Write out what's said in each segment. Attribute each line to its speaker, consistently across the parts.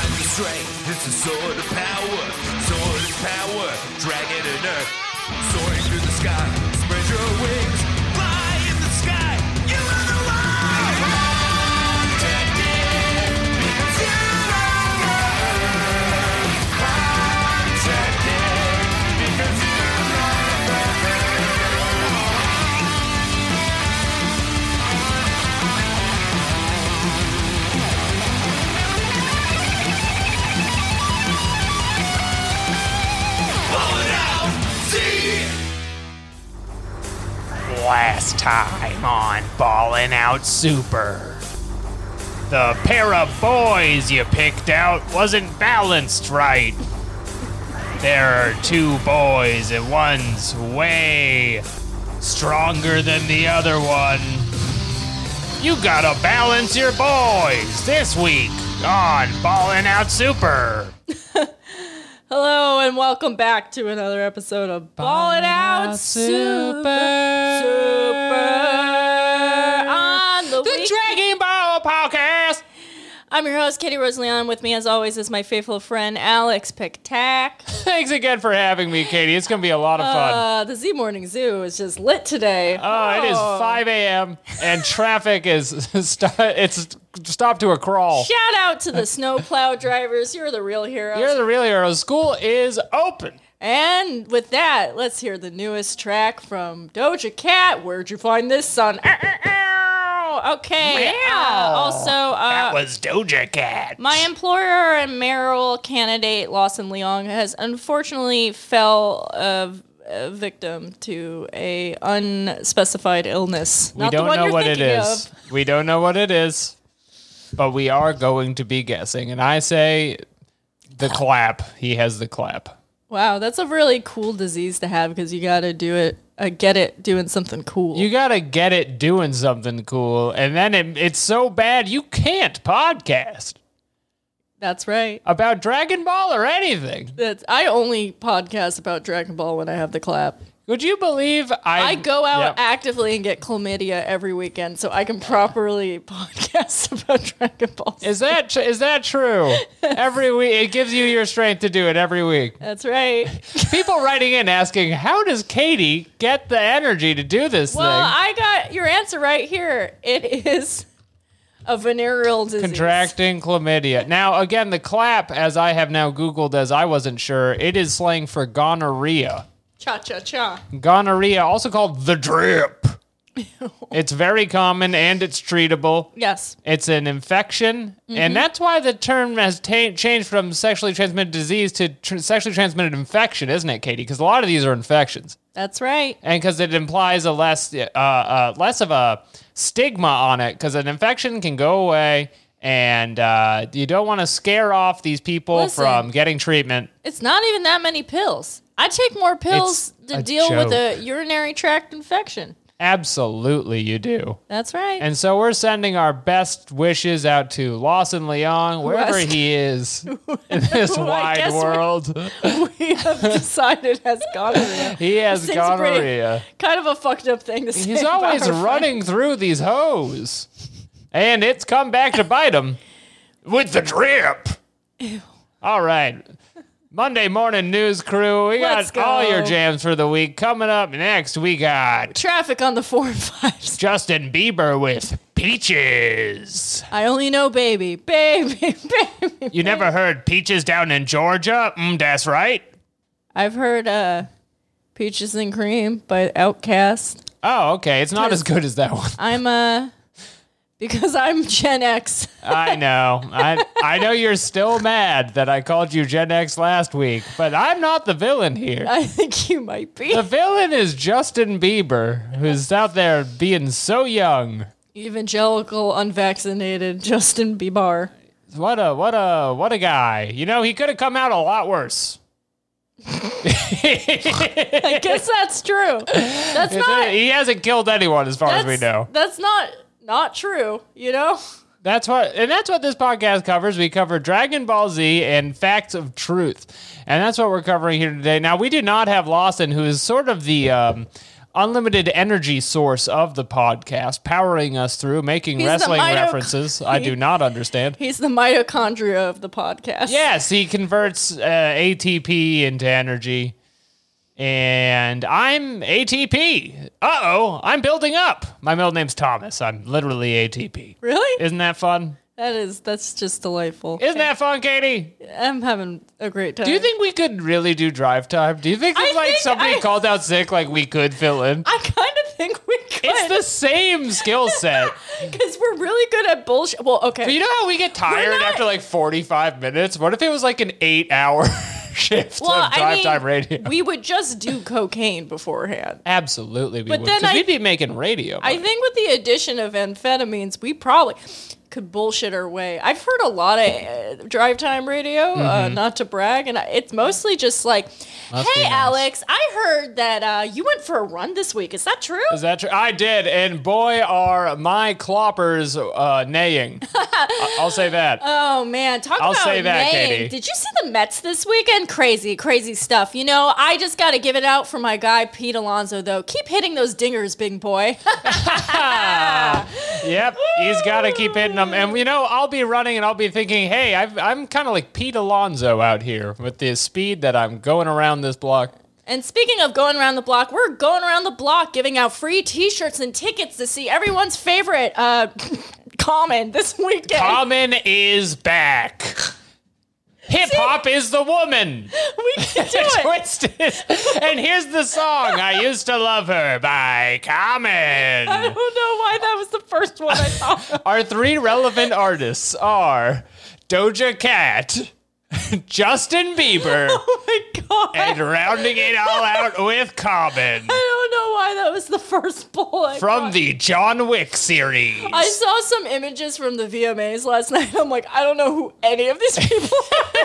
Speaker 1: strength. It's a sword of power. Sword of power. Dragon and earth. Soaring through the sky. Spread your wings. Fly in the sky. You are the one. Protected. Because you're on earth. Protected. Because you're on earth.
Speaker 2: Last time on Ballin' Out Super. The pair of boys you picked out wasn't balanced right. There are two boys, and one's way stronger than the other one. You gotta balance your boys this week on Ballin' Out Super.
Speaker 3: Hello and welcome back to another episode of Ball It Out Super Super on
Speaker 2: The
Speaker 3: the, week.
Speaker 2: Dragon Ball Podcast.
Speaker 3: I'm your host Katie Rose Leon. With me, as always, is my faithful friend Alex Pictac.
Speaker 2: Thanks again for having me, Katie. It's gonna be a lot of fun.
Speaker 3: Uh, the Z Morning Zoo is just lit today.
Speaker 2: Oh, it is 5 a.m. and traffic is st- it's stopped to a crawl.
Speaker 3: Oh, Shout out to the snowplow drivers. You're the real heroes.
Speaker 2: You're the real hero. School is open.
Speaker 3: and with that, let's hear the newest track from Doja Cat. Where'd you find this son? Ow, ow, ow. Okay. uh,
Speaker 2: Meow.
Speaker 3: also, uh,
Speaker 2: was Doja Cat.
Speaker 3: My employer and mayoral candidate Lawson Leong has unfortunately fell a, a victim to a unspecified illness.
Speaker 2: we don't know what it
Speaker 3: thinking
Speaker 2: is. We don't know what it is, but we are going to be guessing. And I say the clap. He has the clap.
Speaker 3: Wow, that's a really cool disease to have because you got to do it, uh, get it doing something cool.
Speaker 2: You got to get it doing something cool. And then it, it's so bad you can't podcast
Speaker 3: that's right.
Speaker 2: about Dragon Ball or anything.
Speaker 3: That's I only podcast about Dragon Ball when I have the clap.
Speaker 2: Would you believe I
Speaker 3: I go out
Speaker 2: Yep.
Speaker 3: actively and get chlamydia every weekend so I can properly podcast about Dragon Ball.
Speaker 2: Is that tr- is that true? Every week it gives you your strength to do it every week.
Speaker 3: That's right.
Speaker 2: People writing in asking, "How does Katie get the energy to do this
Speaker 3: Well,
Speaker 2: thing?"
Speaker 3: I got your answer right here. It is a venereal disease.
Speaker 2: Contracting chlamydia. Now, again, the clap, as I have now Googled, as I wasn't sure, it is slang for gonorrhea.
Speaker 3: Cha cha cha.
Speaker 2: Gonorrhea, also called the drip. it's very common and it's treatable.
Speaker 3: Yes.
Speaker 2: It's an infection,
Speaker 3: Mm-hmm.
Speaker 2: and that's why the term has ta changed from sexually transmitted disease to tr- sexually transmitted infection, isn't it, Katie? Because a lot of these are infections,
Speaker 3: That's right.
Speaker 2: and because it implies a less uh, uh, less of a stigma on it, because an infection can go away, and uh, you don't want to scare off these people
Speaker 3: Listen.
Speaker 2: from getting treatment.
Speaker 3: It's not even that many pills. I take more pills
Speaker 2: It's
Speaker 3: to
Speaker 2: a
Speaker 3: deal with
Speaker 2: joke.
Speaker 3: a urinary tract infection.
Speaker 2: Absolutely, you do.
Speaker 3: That's right.
Speaker 2: And so we're sending our best wishes out to Lawson Leong, wherever
Speaker 3: West-
Speaker 2: he is in this
Speaker 3: Well, I
Speaker 2: wide
Speaker 3: guess we-
Speaker 2: world.
Speaker 3: we have decided has gonorrhea.
Speaker 2: He has
Speaker 3: Seems pretty-
Speaker 2: gonorrhea.
Speaker 3: Kind of a fucked up thing to say.
Speaker 2: He's
Speaker 3: about
Speaker 2: always
Speaker 3: our friend.
Speaker 2: running through these hoes, and it's come back to bite him with the drip. All right. Monday morning news crew, we
Speaker 3: Let's
Speaker 2: got all your
Speaker 3: go.
Speaker 2: jams for the week. Coming up next, we got
Speaker 3: Traffic on the four and fives.
Speaker 2: Justin Bieber with Peaches.
Speaker 3: I only know baby, baby, baby.
Speaker 2: You never heard Peaches down in Georgia? Mm, that's right.
Speaker 3: I've heard uh, "Peaches and Cream" by Outkast.
Speaker 2: Oh, okay. It's not as good as that one.
Speaker 3: I'm uh because I'm Gen X.
Speaker 2: I know. I I know you're still mad that I called you Gen X last week, but I'm not the villain here.
Speaker 3: I think you might be.
Speaker 2: The villain is Justin Bieber, who's out there being so young.
Speaker 3: Evangelical, unvaccinated Justin Bieber.
Speaker 2: What a what a what a guy. You know, he could have come out a lot worse.
Speaker 3: I guess that's true. That's not
Speaker 2: he hasn't killed anyone as far as
Speaker 3: that's,
Speaker 2: we know.
Speaker 3: That's not not true, you know?
Speaker 2: That's what, and that's what this podcast covers. We cover Dragon Ball Z and facts of truth, and that's what we're covering here today. Now, we do not have Lawson, who is sort of the um, unlimited energy source of the podcast, powering us through, making
Speaker 3: He's the
Speaker 2: wrestling
Speaker 3: mitoc-
Speaker 2: references. I do not understand.
Speaker 3: He's the mitochondria of the podcast.
Speaker 2: Yes, he converts uh, ATP into energy. And I'm ATP. Uh oh, I'm building up. My middle name's Thomas. I'm literally ATP.
Speaker 3: Really?
Speaker 2: Isn't that fun?
Speaker 3: that is. That's just delightful.
Speaker 2: Isn't that fun, Katie?
Speaker 3: I'm having a great time.
Speaker 2: Do you think we could really do drive time? Do you think
Speaker 3: I
Speaker 2: if like
Speaker 3: think
Speaker 2: somebody
Speaker 3: I-
Speaker 2: called out sick, like we could fill in?
Speaker 3: I kind of think we
Speaker 2: It's the
Speaker 3: could
Speaker 2: same skill set.
Speaker 3: because we're really good at bullshit. Well, okay.
Speaker 2: But you know how we get tired
Speaker 3: not-
Speaker 2: after like 45 minutes? What if it was like an eight hour shift
Speaker 3: well,
Speaker 2: of drive
Speaker 3: I mean,
Speaker 2: time radio?
Speaker 3: we would just do cocaine beforehand.
Speaker 2: Absolutely, we
Speaker 3: But
Speaker 2: would.
Speaker 3: then
Speaker 2: 'cause
Speaker 3: I-
Speaker 2: we'd be making radio.
Speaker 3: I
Speaker 2: money.
Speaker 3: think with the addition of amphetamines, we probably could bullshit our way. I've heard a lot of uh, drive time radio, uh, not to brag, and I, it's mostly just like,
Speaker 2: Mm-hmm. be
Speaker 3: "Hey,
Speaker 2: nice.
Speaker 3: Alex, I heard that uh, you went for a run this week. Is that true?"
Speaker 2: Is that true? I did, and boy, are my cloppers uh, neighing. I- I'll say that.
Speaker 3: Oh man, talk
Speaker 2: I'll
Speaker 3: about
Speaker 2: say that,
Speaker 3: name.
Speaker 2: Katie.
Speaker 3: Did you see the Mets this weekend? Crazy, crazy stuff. You know, I just got to give it out for my guy Pete Alonso though. Keep hitting those dingers, big boy.
Speaker 2: yep, he's got to keep hitting them. And you know, I'll be running and I'll be thinking, hey, I've, I'm kind of like Pete Alonso out here with the speed that I'm going around this block.
Speaker 3: And speaking of going around the block, we're going around the block giving out free T-shirts and tickets to see everyone's favorite uh, Common this weekend.
Speaker 2: Common is back. Hip hop is the woman.
Speaker 3: we can do it.
Speaker 2: Twisted. And here's the song I used to love her by
Speaker 3: I don't
Speaker 2: Common.
Speaker 3: know why that was the first one I saw.
Speaker 2: Our three relevant artists are Doja Cat, Justin Bieber,
Speaker 3: oh my god!
Speaker 2: and
Speaker 3: I
Speaker 2: rounding it all out with Common
Speaker 3: don't know why that was the first bullet.
Speaker 2: from the John Wick series.
Speaker 3: I saw some images from the VMAs last night. I'm like, I don't know who any of these people are.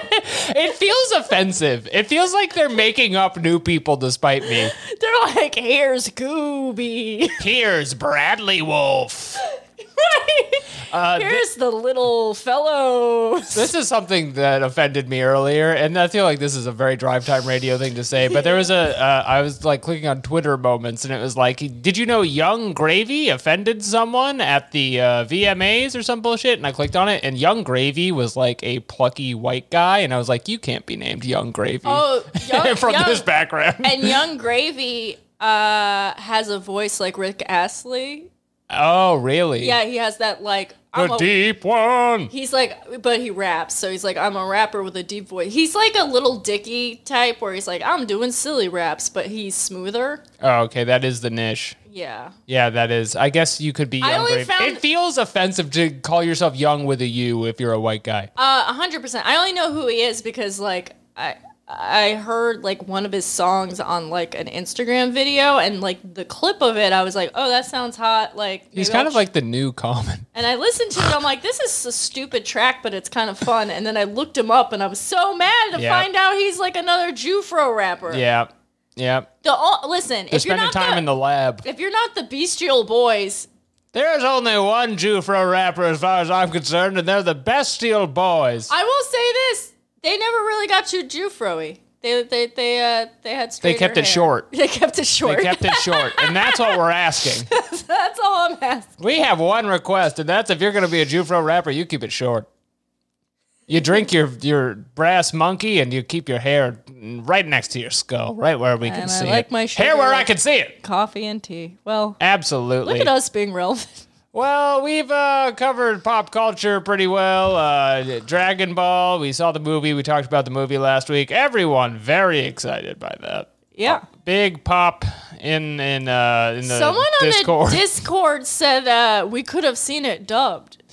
Speaker 2: It feels offensive. It feels like they're making up new people despite me.
Speaker 3: They're like, here's Gooby.
Speaker 2: Here's Bradley Wolf.
Speaker 3: right?
Speaker 2: Uh, th-
Speaker 3: Here's the little fellow.
Speaker 2: this is something that offended me earlier, and I feel like this is a very drive time radio thing to say. But there was a, uh, I was like clicking on Twitter moments, and it was like, did you know Young Gravy offended someone at the uh, VMAs or some bullshit? And I clicked on it, and Young Gravy was like a plucky white guy, and I was like, you can't be named Young Gravy
Speaker 3: Oh, young,
Speaker 2: from
Speaker 3: young,
Speaker 2: this background.
Speaker 3: and Young Gravy uh, has a voice like Rick Astley.
Speaker 2: oh, really?
Speaker 3: Yeah, he has that like. I'm
Speaker 2: The
Speaker 3: a,
Speaker 2: deep one.
Speaker 3: he's like, but he raps, so he's like, I'm a rapper with a deep voice. He's like a little Dicky type, where he's like, I'm doing silly raps, but he's smoother.
Speaker 2: Oh, okay, that is the niche.
Speaker 3: Yeah.
Speaker 2: Yeah, that is. I guess you could be
Speaker 3: I
Speaker 2: young.
Speaker 3: only
Speaker 2: Gravy.
Speaker 3: found-
Speaker 2: It feels offensive to call yourself young with a U if you're a white guy.
Speaker 3: Uh, 100%. I only know who he is because like I I heard like one of his songs on like an Instagram video and like the clip of it I was like, "Oh, that sounds hot." Like
Speaker 2: He's
Speaker 3: maybe
Speaker 2: kind
Speaker 3: I'll
Speaker 2: of like the new common.
Speaker 3: And I listened to it I'm like, "This is a stupid track, but it's kind of fun." And then I looked him up and I was so mad to
Speaker 2: Yeah.
Speaker 3: find out he's like another Jufro rapper.
Speaker 2: Yeah, yeah.
Speaker 3: The all, listen,
Speaker 2: They're
Speaker 3: if you're
Speaker 2: spending
Speaker 3: not
Speaker 2: time
Speaker 3: the,
Speaker 2: in the lab.
Speaker 3: if you're not the Bestial Boys,
Speaker 2: There's only one Jew for a rapper, as far as I'm concerned, and they're the Bestial Boys.
Speaker 3: I will say this, they never really got too Jufro-y. They they they uh they had straighter
Speaker 2: kept it
Speaker 3: hair.
Speaker 2: short.
Speaker 3: They kept it short.
Speaker 2: They kept it short, and that's what we're asking.
Speaker 3: That's all I'm asking.
Speaker 2: We have one request, and that's if you're going to be a Jew for a rapper, you keep it short. You drink your your brass monkey, and you keep your hair right next to your skull, right where we can
Speaker 3: And I
Speaker 2: see
Speaker 3: like
Speaker 2: it.
Speaker 3: my
Speaker 2: hair where
Speaker 3: sugar-
Speaker 2: I can see it.
Speaker 3: Coffee and tea. Well,
Speaker 2: Absolutely.
Speaker 3: look at us being relevant.
Speaker 2: Well, we've uh, covered pop culture pretty well. Uh, Dragon Ball, we saw the movie, we talked about the movie last week. Everyone very excited by that.
Speaker 3: Yeah.
Speaker 2: Big pop in in uh, in Uh, the
Speaker 3: Someone on
Speaker 2: Discord.
Speaker 3: the Discord said uh, we could have seen it dubbed.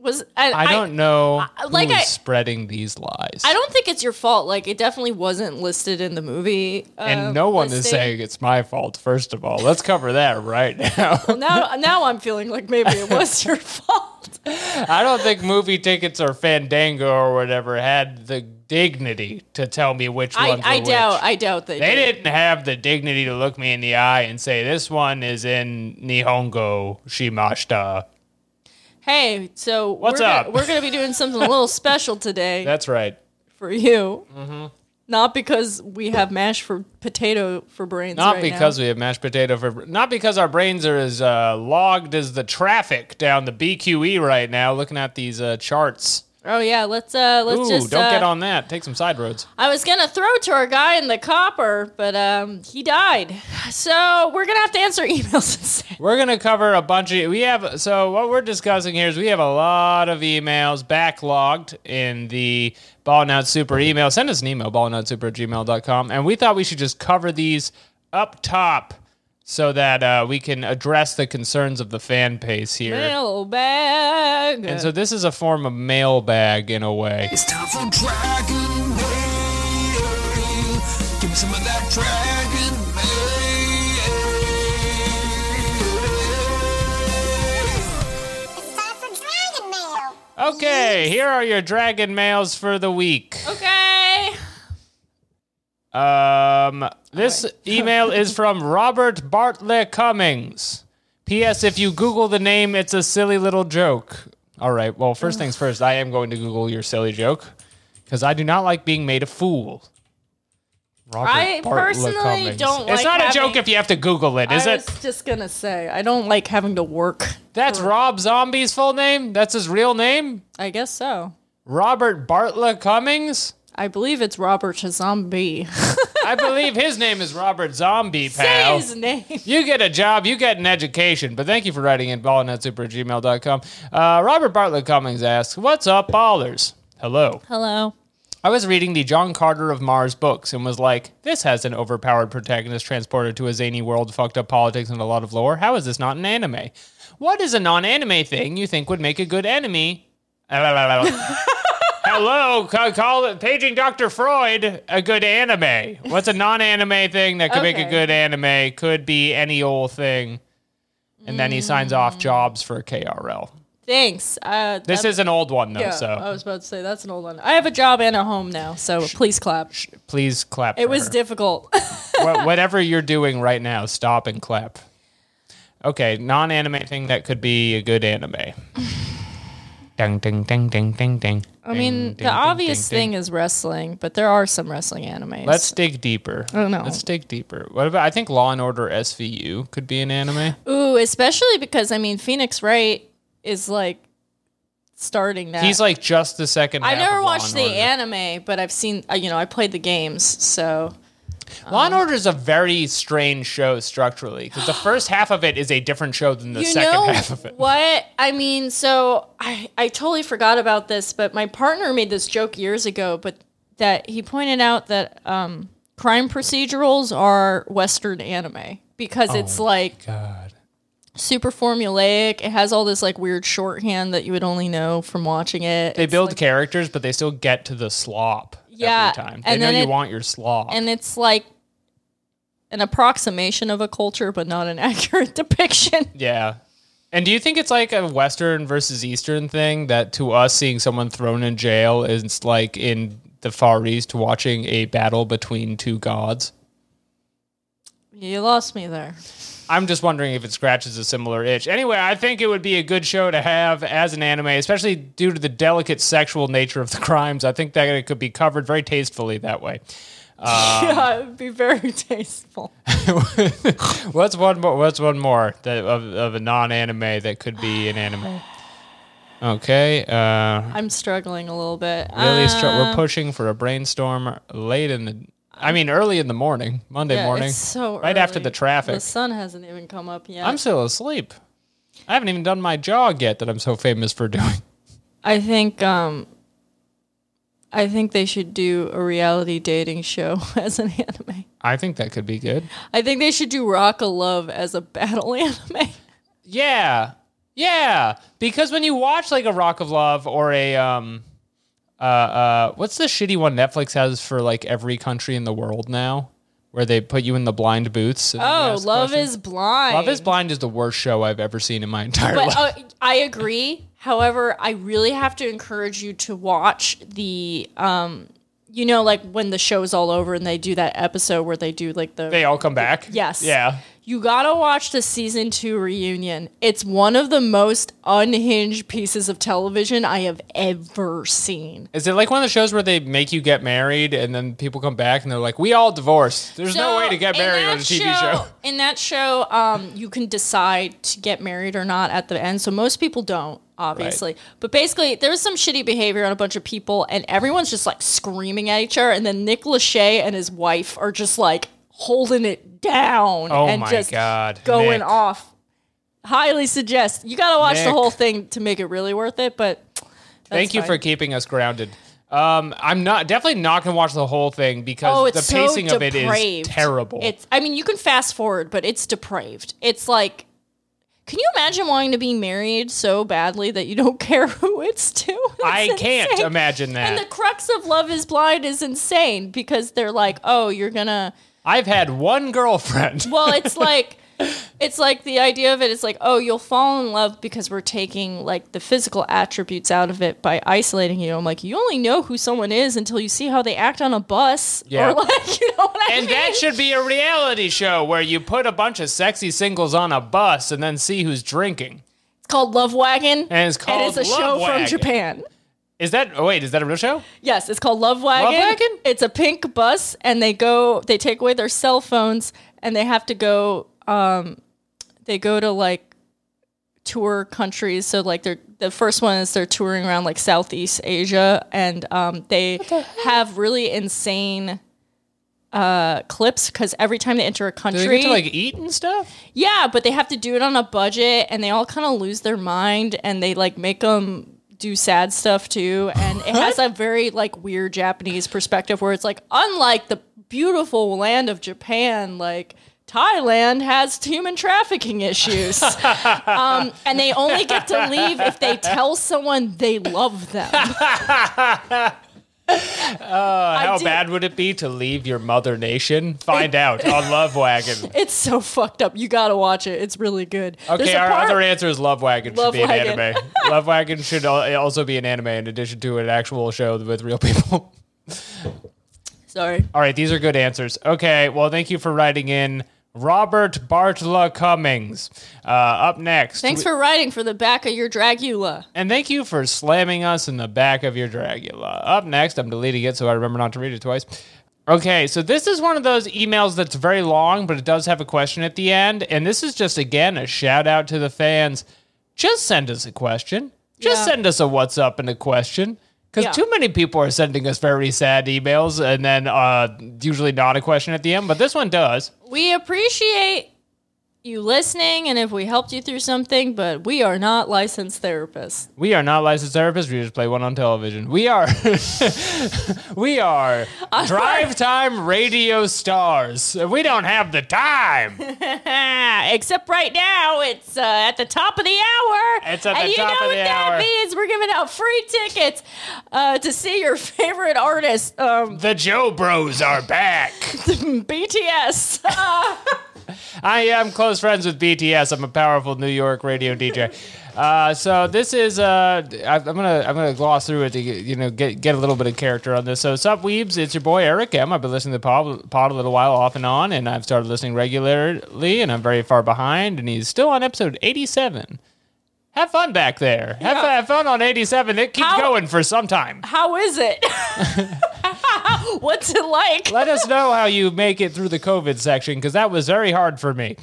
Speaker 3: Was and
Speaker 2: I don't know
Speaker 3: I- like
Speaker 2: who's
Speaker 3: I-
Speaker 2: spreading these lies.
Speaker 3: I don't think it's your fault. Like it definitely wasn't listed in the movie. Uh,
Speaker 2: and no one is
Speaker 3: listing.
Speaker 2: saying it's my fault. First of all, let's cover that right now.
Speaker 3: Um, Now, now I'm feeling like maybe it was your fault.
Speaker 2: I don't think movie tickets or Fandango or whatever had the dignity to tell me which
Speaker 3: I,
Speaker 2: ones were
Speaker 3: I
Speaker 2: which.
Speaker 3: doubt. I doubt they,
Speaker 2: They
Speaker 3: did.
Speaker 2: didn't have the dignity to look me in the eye and say, this one is in Nihongo Shimashita.
Speaker 3: Hey, so
Speaker 2: What's
Speaker 3: we're
Speaker 2: up?
Speaker 3: Gonna, we're gonna be doing something a little special today
Speaker 2: That's right.
Speaker 3: for you. Not because we have mash for potato for brains.
Speaker 2: Not
Speaker 3: right
Speaker 2: because
Speaker 3: now.
Speaker 2: we have mashed potato for. Not because our brains are as uh, logged as the traffic down the BQE right now. Looking at these uh, charts.
Speaker 3: Oh yeah, let's uh let's
Speaker 2: Ooh,
Speaker 3: just.
Speaker 2: don't
Speaker 3: uh,
Speaker 2: get on that. Take some side roads.
Speaker 3: I was gonna throw to our guy in the copper, but um he died, so we're gonna have to answer emails instead.
Speaker 2: We're gonna cover a bunch of. We have so what we're discussing here is we have a lot of emails backlogged in the Ball Out Super email. Send us an email, ballandsuper at gmail.com. And we thought we should just cover these up top so that uh, we can address the concerns of the fan base here.
Speaker 3: Mailbag.
Speaker 2: And so this is a form of mailbag in a way.
Speaker 1: It's time for Dragon Mail. Give me some of that Dragon Mail.
Speaker 4: It's time for Dragon Mail.
Speaker 2: Okay, here are your dragon mails for the week.
Speaker 3: okay.
Speaker 2: Um, this email is from Robert Bartlett Cummings. P.S. If you Google the name, it's a silly little joke. All right. Well, first things first, I am going to Google your silly joke because I do not like being made a fool. Robert
Speaker 3: I
Speaker 2: Bartlett
Speaker 3: personally don't
Speaker 2: It's
Speaker 3: like
Speaker 2: not a
Speaker 3: having-
Speaker 2: joke if you have to Google it, is
Speaker 3: I
Speaker 2: it?
Speaker 3: was just gonna say I don't like having to work.
Speaker 2: That's Rob Zombie's full name. That's his real name.
Speaker 3: I guess so.
Speaker 2: Robert Bartlett Cummings.
Speaker 3: I believe it's Robert Zombie.
Speaker 2: I believe his name is Robert Zombie,
Speaker 3: Say
Speaker 2: pal.
Speaker 3: his name.
Speaker 2: You get a job, you get an education. But thank you for writing in ballinetsuper Uh, Robert Bartlett Cummings asks, What's up, ballers? Hello.
Speaker 3: Hello.
Speaker 2: I was reading the John Carter of Mars books and was like, this has an overpowered protagonist transported to a zany world, fucked up politics, and a lot of lore. How is this not an anime? What is a non anime thing you think would make a good enemy? Hello, ca- call it paging Dr. Freud a good anime. What's a non anime thing that could make a
Speaker 3: Okay.
Speaker 2: good anime? Could be any old thing. And then he signs
Speaker 3: Mm.
Speaker 2: off jobs for KRL.
Speaker 3: Thanks. Uh,
Speaker 2: This
Speaker 3: that-
Speaker 2: is an old one, though,
Speaker 3: yeah, oh.
Speaker 2: so
Speaker 3: I was about to say that's an old one. I have a job and a home now, so please clap.
Speaker 2: please clap.
Speaker 3: It
Speaker 2: for
Speaker 3: was
Speaker 2: her.
Speaker 3: difficult.
Speaker 2: Wha- whatever you're doing right now, stop and clap. Okay, non-anime thing that could be a good anime. ding ding ding ding ding ding.
Speaker 3: I mean, the obvious thing is wrestling, but there are some wrestling animes.
Speaker 2: Let's dig deeper.
Speaker 3: Oh, no.
Speaker 2: Let's dig deeper. What about? I think Law and Order SVU could be an anime.
Speaker 3: Ooh, especially because I mean, Phoenix Wright is like starting that.
Speaker 2: He's like just the second.
Speaker 3: I
Speaker 2: half
Speaker 3: never
Speaker 2: of Law
Speaker 3: watched
Speaker 2: and
Speaker 3: the
Speaker 2: Order.
Speaker 3: anime, but I've seen. uh, You know, I played the games, so
Speaker 2: Law and Order is a very strange show structurally because the first half of it is a different show than the
Speaker 3: you
Speaker 2: second
Speaker 3: know
Speaker 2: half of it.
Speaker 3: what I mean. So I I totally forgot about this, but my partner made this joke years ago, but that he pointed out that um, crime procedurals are Western anime because it's
Speaker 2: Oh,
Speaker 3: like
Speaker 2: God.
Speaker 3: super formulaic. It has all this like weird shorthand that you would only know from watching it.
Speaker 2: They
Speaker 3: It's
Speaker 2: build
Speaker 3: like-
Speaker 2: characters, but they still get to the slop
Speaker 3: Yeah,
Speaker 2: every time. They
Speaker 3: and
Speaker 2: know
Speaker 3: then
Speaker 2: you
Speaker 3: it-
Speaker 2: want your slop.
Speaker 3: and it's like an approximation of a culture, but not an accurate depiction.
Speaker 2: yeah. And do you think it's like a Western versus Eastern thing that to us seeing someone thrown in jail is like in the Far East watching a battle between two gods?
Speaker 3: You lost me there.
Speaker 2: I'm just wondering if it scratches a similar itch. Anyway, I think it would be a good show to have as an anime, especially due to the delicate sexual nature of the crimes. I think that it could be covered very tastefully that way.
Speaker 3: yeah, it'd be very tasteful.
Speaker 2: What's one more? What's one more that of, of a non-anime that could be an anime? Okay, uh,
Speaker 3: I'm struggling a little bit.
Speaker 2: really, str-
Speaker 3: Uh,
Speaker 2: we're pushing for a brainstorm late in the. I mean, early in the morning, Monday
Speaker 3: yeah,
Speaker 2: morning,
Speaker 3: it's so
Speaker 2: right after
Speaker 3: early.
Speaker 2: the traffic.
Speaker 3: The sun hasn't even come up yet.
Speaker 2: I'm still asleep. I haven't even done my jog yet that I'm so famous for doing.
Speaker 3: I think um, I think they should do a reality dating show as an anime.
Speaker 2: I think that could be good.
Speaker 3: I think they should do Rock of Love as a battle anime.
Speaker 2: Yeah. Yeah. Because when you watch like a Rock of Love or a um uh uh what's the shitty one Netflix has for like every country in the world now? Where they put you in the blind booths. and then you
Speaker 3: Oh,
Speaker 2: ask
Speaker 3: Love
Speaker 2: questions?
Speaker 3: is Blind.
Speaker 2: Love is Blind is the worst show I've ever seen in my entire
Speaker 3: But
Speaker 2: life.
Speaker 3: uh, I agree. However, I really have to encourage you to watch the um, you know, like when the show's all over and they do that episode where they do like the
Speaker 2: they all come back.
Speaker 3: Yes.
Speaker 2: Yeah.
Speaker 3: You gotta watch the season two reunion. It's one of the most unhinged pieces of television I have ever seen.
Speaker 2: Is it like one of the shows where they make you get married and then people come back and they're like, "We all divorced. There's no
Speaker 3: So,
Speaker 2: way to get
Speaker 3: in
Speaker 2: married
Speaker 3: that
Speaker 2: on a TV show."
Speaker 3: In that show, um, you can decide to get married or not at the end. So most people don't, obviously. But basically, there was some shitty behavior on a bunch of people, and everyone's just like screaming at each other. And then Nick Lachey and his wife are just like holding it down
Speaker 2: Oh
Speaker 3: and
Speaker 2: my
Speaker 3: just
Speaker 2: God,
Speaker 3: going
Speaker 2: Nick.
Speaker 3: off. Highly suggest you got to watch the
Speaker 2: Nick.
Speaker 3: whole thing to make it really worth it. But
Speaker 2: Thank you
Speaker 3: fine.
Speaker 2: for keeping us grounded. Um, I'm not definitely not gonna watch the whole thing because
Speaker 3: oh, it's
Speaker 2: the pacing
Speaker 3: so
Speaker 2: of it
Speaker 3: depraved.
Speaker 2: is terrible.
Speaker 3: It's I mean, you can fast forward, but it's depraved. It's like can you imagine wanting to be married so badly that you don't care who it's to? It's
Speaker 2: I can't
Speaker 3: insane.
Speaker 2: imagine that.
Speaker 3: And the crux of Love is Blind is insane because they're like, "Oh, you're going to
Speaker 2: I've had one girlfriend.
Speaker 3: well, it's like it's like the idea of it is like, oh, you'll fall in love because we're taking like the physical attributes out of it by isolating you. I'm like, you only know who someone is until you see how they act on a bus.
Speaker 2: Yeah.
Speaker 3: Or like, you know what I
Speaker 2: And
Speaker 3: mean?
Speaker 2: that should be a reality show where you put a bunch of sexy singles on a bus and then see who's drinking.
Speaker 3: It's called Love Wagon.
Speaker 2: And it's called
Speaker 3: it's a
Speaker 2: Love
Speaker 3: show
Speaker 2: Wagon.
Speaker 3: from Japan.
Speaker 2: Is that? Oh wait, is that a real show?
Speaker 3: Yes, it's called Love Wagon.
Speaker 2: Wagon?
Speaker 3: It's a pink bus, and they go. They take away their cell phones, and they have to go. Um, they go to like tour countries. So like they're the first one is they're touring around like Southeast Asia, and um, they have really insane uh clips because every time they enter a
Speaker 2: Do
Speaker 3: country
Speaker 2: they get to like eat and stuff?
Speaker 3: yeah, but they have to do it on a budget, and they all kind of lose their mind, and they like make them do sad stuff too. And it has a very like weird Japanese perspective where it's like, unlike the beautiful land of Japan, like Thailand has human trafficking issues, um, and they only get to leave if they tell someone they love them.
Speaker 2: Oh, How
Speaker 3: did-
Speaker 2: bad would it be to leave your mother nation? Find out on Love Wagon.
Speaker 3: It's so fucked up. You gotta watch it. It's really good. There's
Speaker 2: Okay,
Speaker 3: a
Speaker 2: our
Speaker 3: part-
Speaker 2: other answer is Love Wagon
Speaker 3: Love
Speaker 2: should be
Speaker 3: Wagon.
Speaker 2: an anime. Love Wagon should al- also be an anime in addition to an actual show with real people.
Speaker 3: Sorry.
Speaker 2: All right, these are good answers. Okay, well, thank you for writing in. Robert Bartla Cummings. Uh, up next.
Speaker 3: Thanks for writing for the back of your Dragula.
Speaker 2: And thank you for slamming us in the back of your Dragula. Up next, I'm deleting it so I remember not to read it twice. Okay, so this is one of those emails that's very long, but it does have a question at the end. And this is just, again, a shout out to the fans. Just send us a question. Just
Speaker 3: Yeah.
Speaker 2: send us a what's up and a question. Because
Speaker 3: Yeah.
Speaker 2: too many people are sending us very sad emails and then uh, usually not a question at the end, but this one does.
Speaker 3: We appreciate you listening and if we helped you through something, but we are not licensed therapists.
Speaker 2: We are not licensed therapists. We just play one on television. We are, we are drive time radio stars. We don't have the time.
Speaker 3: Ah, except right now, it's uh, at the top of the hour.
Speaker 2: It's at
Speaker 3: and
Speaker 2: the
Speaker 3: you
Speaker 2: top of
Speaker 3: know what
Speaker 2: the
Speaker 3: that
Speaker 2: hour.
Speaker 3: means. We're giving out free tickets uh, to see your favorite artist, um,
Speaker 2: The Joe Bros are back.
Speaker 3: BTS.
Speaker 2: I am close friends with BTS. I'm a powerful New York radio DJ. Uh, so this is uh, I- I'm gonna I'm gonna gloss through it to get, you know get get a little bit of character on this. So sup weebs, it's your boy Eric M. I've been listening to the pod, pod a little while off and on, and I've started listening regularly, and I'm very far behind, and he's still on episode 87. Have fun back there. Have,
Speaker 3: Yeah.
Speaker 2: have fun on 87. It keeps
Speaker 3: How-
Speaker 2: going for some time.
Speaker 3: How is it? What's it like?
Speaker 2: Let us know how you make it through the COVID section because that was very hard for me.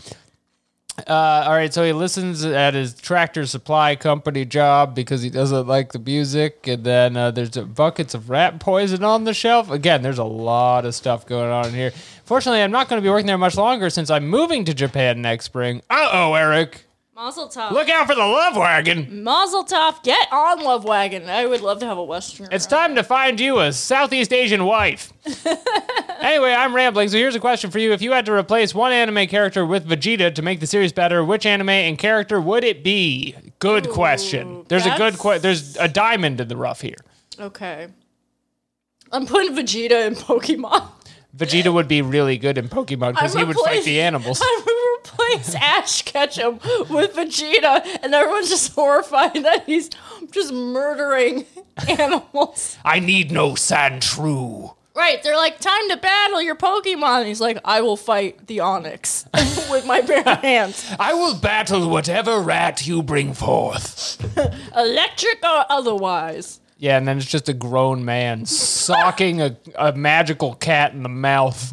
Speaker 2: Uh, all right, so he listens at his tractor supply company job because he doesn't like the music, and then uh, there's buckets of rat poison on the shelf. Again, there's a lot of stuff going on here. Fortunately, I'm not going to be working there much longer since I'm moving to Japan next spring. Uh oh, Eric,
Speaker 3: Mazel tov.
Speaker 2: look out for the love wagon!
Speaker 3: Mazel tov. Get on Love Wagon. I would love to have a Western.
Speaker 2: It's time to find you a Southeast Asian wife. anyway, I'm rambling, so here's a question for you. If you had to replace one anime character with Vegeta to make the series better, which anime and character would it be? Good question. There's a good
Speaker 3: that's-
Speaker 2: que- there's a diamond in the rough here.
Speaker 3: Okay. I'm putting Vegeta in Pokemon.
Speaker 2: Vegeta would be really good in Pokemon because
Speaker 3: I'm
Speaker 2: he would fight
Speaker 3: replace-
Speaker 2: the animals.
Speaker 3: I would replace Ash Ketchum with Vegeta, and everyone's just horrified that he's just murdering animals.
Speaker 2: I need no Sandshrew.
Speaker 3: Right, they're like, time to battle your Pokemon. And he's like, I will fight the Onyx with my bare hands,
Speaker 2: I will battle whatever rat you bring forth.
Speaker 3: electric or otherwise.
Speaker 2: Yeah, and then it's just a grown man socking a, a magical cat in the mouth.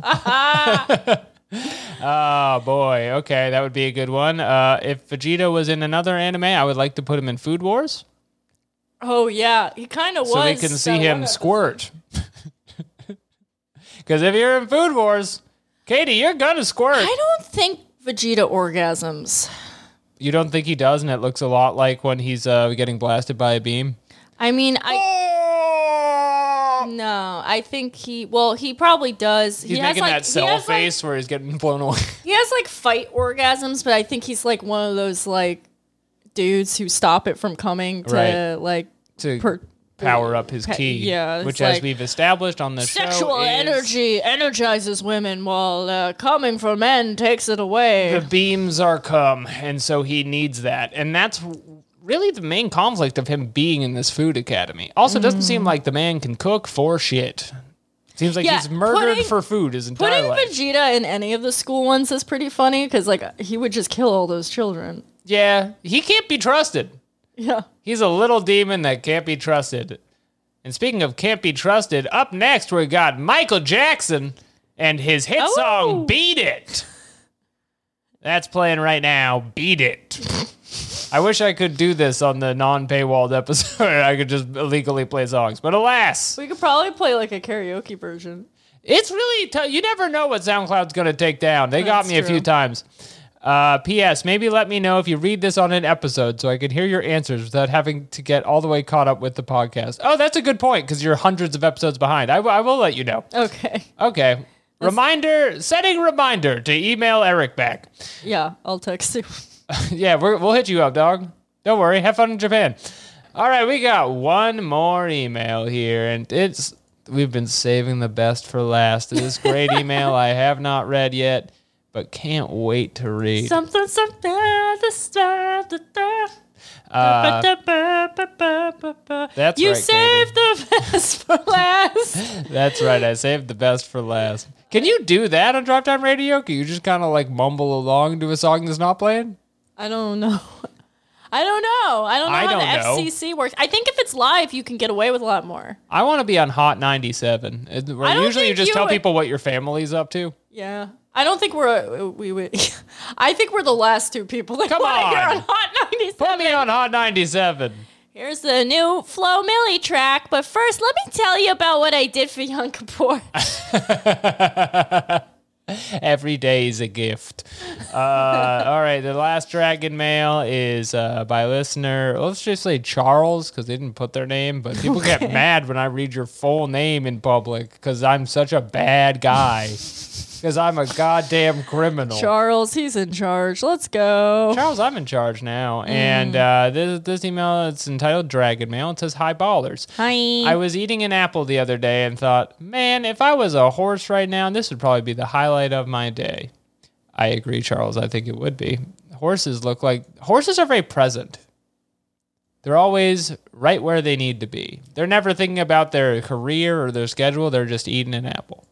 Speaker 2: oh boy, okay, that would be a good one. Uh, if Vegeta was in another anime, I would like to put him in Food Wars
Speaker 3: Oh, yeah, he kind of was.
Speaker 2: so we can see
Speaker 3: that
Speaker 2: him
Speaker 3: one
Speaker 2: squirt. Because if you're in Food Wars, Katie, you're gonna squirt.
Speaker 3: I don't think Vegeta orgasms.
Speaker 2: You don't think he does, and it looks a lot like when he's uh, getting blasted by a beam.
Speaker 3: I mean, I no, I think he. Well, he probably does.
Speaker 2: He's
Speaker 3: he
Speaker 2: making
Speaker 3: has, like,
Speaker 2: that
Speaker 3: he
Speaker 2: cell
Speaker 3: has, like-
Speaker 2: face where he's getting blown away.
Speaker 3: he has like fight orgasms, but I think he's like one of those like dudes who stop it from coming to
Speaker 2: Right.
Speaker 3: like
Speaker 2: to
Speaker 3: per-
Speaker 2: power up his
Speaker 3: Pe-
Speaker 2: key.
Speaker 3: yeah, it's
Speaker 2: which, as
Speaker 3: like-
Speaker 2: we've established on the
Speaker 3: Sexual
Speaker 2: show, is
Speaker 3: energy energizes women while uh, coming for men takes it away.
Speaker 2: The beams are come, and so he needs that, and that's really the main conflict of him being in this food academy. Also, doesn't seem like the man can cook for shit. Seems like
Speaker 3: Mm-hmm. Yeah,
Speaker 2: he's murdered
Speaker 3: putting-
Speaker 2: for food his entire
Speaker 3: Putting
Speaker 2: life.
Speaker 3: Vegeta in any of the school ones is pretty funny because like he would just kill all those children.
Speaker 2: yeah, he can't be trusted.
Speaker 3: Yeah.
Speaker 2: He's a little demon that can't be trusted. And speaking of can't be trusted, up next we got Michael Jackson and his hit
Speaker 3: Oh.
Speaker 2: song Beat It. That's playing right now. Beat It. I wish I could do this on the non paywalled episode. I could just illegally play songs. But alas,
Speaker 3: We could probably play like a karaoke version.
Speaker 2: it's really tough. You never know what SoundCloud's going to take down. They got
Speaker 3: That's
Speaker 2: me a
Speaker 3: true.
Speaker 2: few times. Uh, P.S. Maybe let me know if you read this on an episode so I can hear your answers without having to get all the way caught up with the podcast. Oh, that's a good point because you're hundreds of episodes behind. I, w- I will let you know.
Speaker 3: Okay.
Speaker 2: Okay. Reminder, setting reminder to email Eric back.
Speaker 3: Yeah, I'll text you.
Speaker 2: yeah, we're, we'll hit you up, dog. Don't worry. Have fun in Japan. All right, we got one more email here, and it's we've been saving the best for last. This great email I have not read yet, but can't wait to read.
Speaker 3: Something, something, the star, the star.
Speaker 2: Uh, that's
Speaker 3: you
Speaker 2: right,
Speaker 3: saved the best for last.
Speaker 2: That's right. I saved the best for last. Can you do that on Drop Time Radio? Can you just kind of like mumble along to a song that's not playing?
Speaker 3: I don't know. I don't know. I don't know
Speaker 2: I
Speaker 3: how
Speaker 2: don't know.
Speaker 3: the FCC works. I think if it's live, you can get away with a lot more.
Speaker 2: I want to be on Hot 97. It-
Speaker 3: I
Speaker 2: Where
Speaker 3: don't
Speaker 2: usually you
Speaker 3: think
Speaker 2: just
Speaker 3: you
Speaker 2: tell
Speaker 3: would-
Speaker 2: people what your family's up to.
Speaker 3: Yeah. I don't think we're we would. I think we're the last two people that
Speaker 2: Come
Speaker 3: wanna hear
Speaker 2: on.
Speaker 3: on Hot 97.
Speaker 2: Put me on Hot 97.
Speaker 3: Here's the new Flow Millie track, but first let me tell you about what I did for Young Kapoor.
Speaker 2: Every day is a gift. Uh, all right, the last Dragon Mail is uh, by listener. Let's just say Charles because they didn't put their name, but people get mad when I read your full name in public because I'm such a bad guy. Because I'm a goddamn criminal.
Speaker 3: Charles, he's in charge. Let's go.
Speaker 2: Charles, I'm in charge now, and
Speaker 3: Hmm.
Speaker 2: uh, this this email it's entitled Dragon Mail. It says Hi Ballers.
Speaker 3: Hi.
Speaker 2: I was eating an apple the other day and thought, man, if I was a horse right now, this would probably be the highlight of my day. I agree, Charles. I think it would be. Horses look like horses are very present. They're always right where they need to be. They're never thinking about their career or their schedule. They're just eating an apple.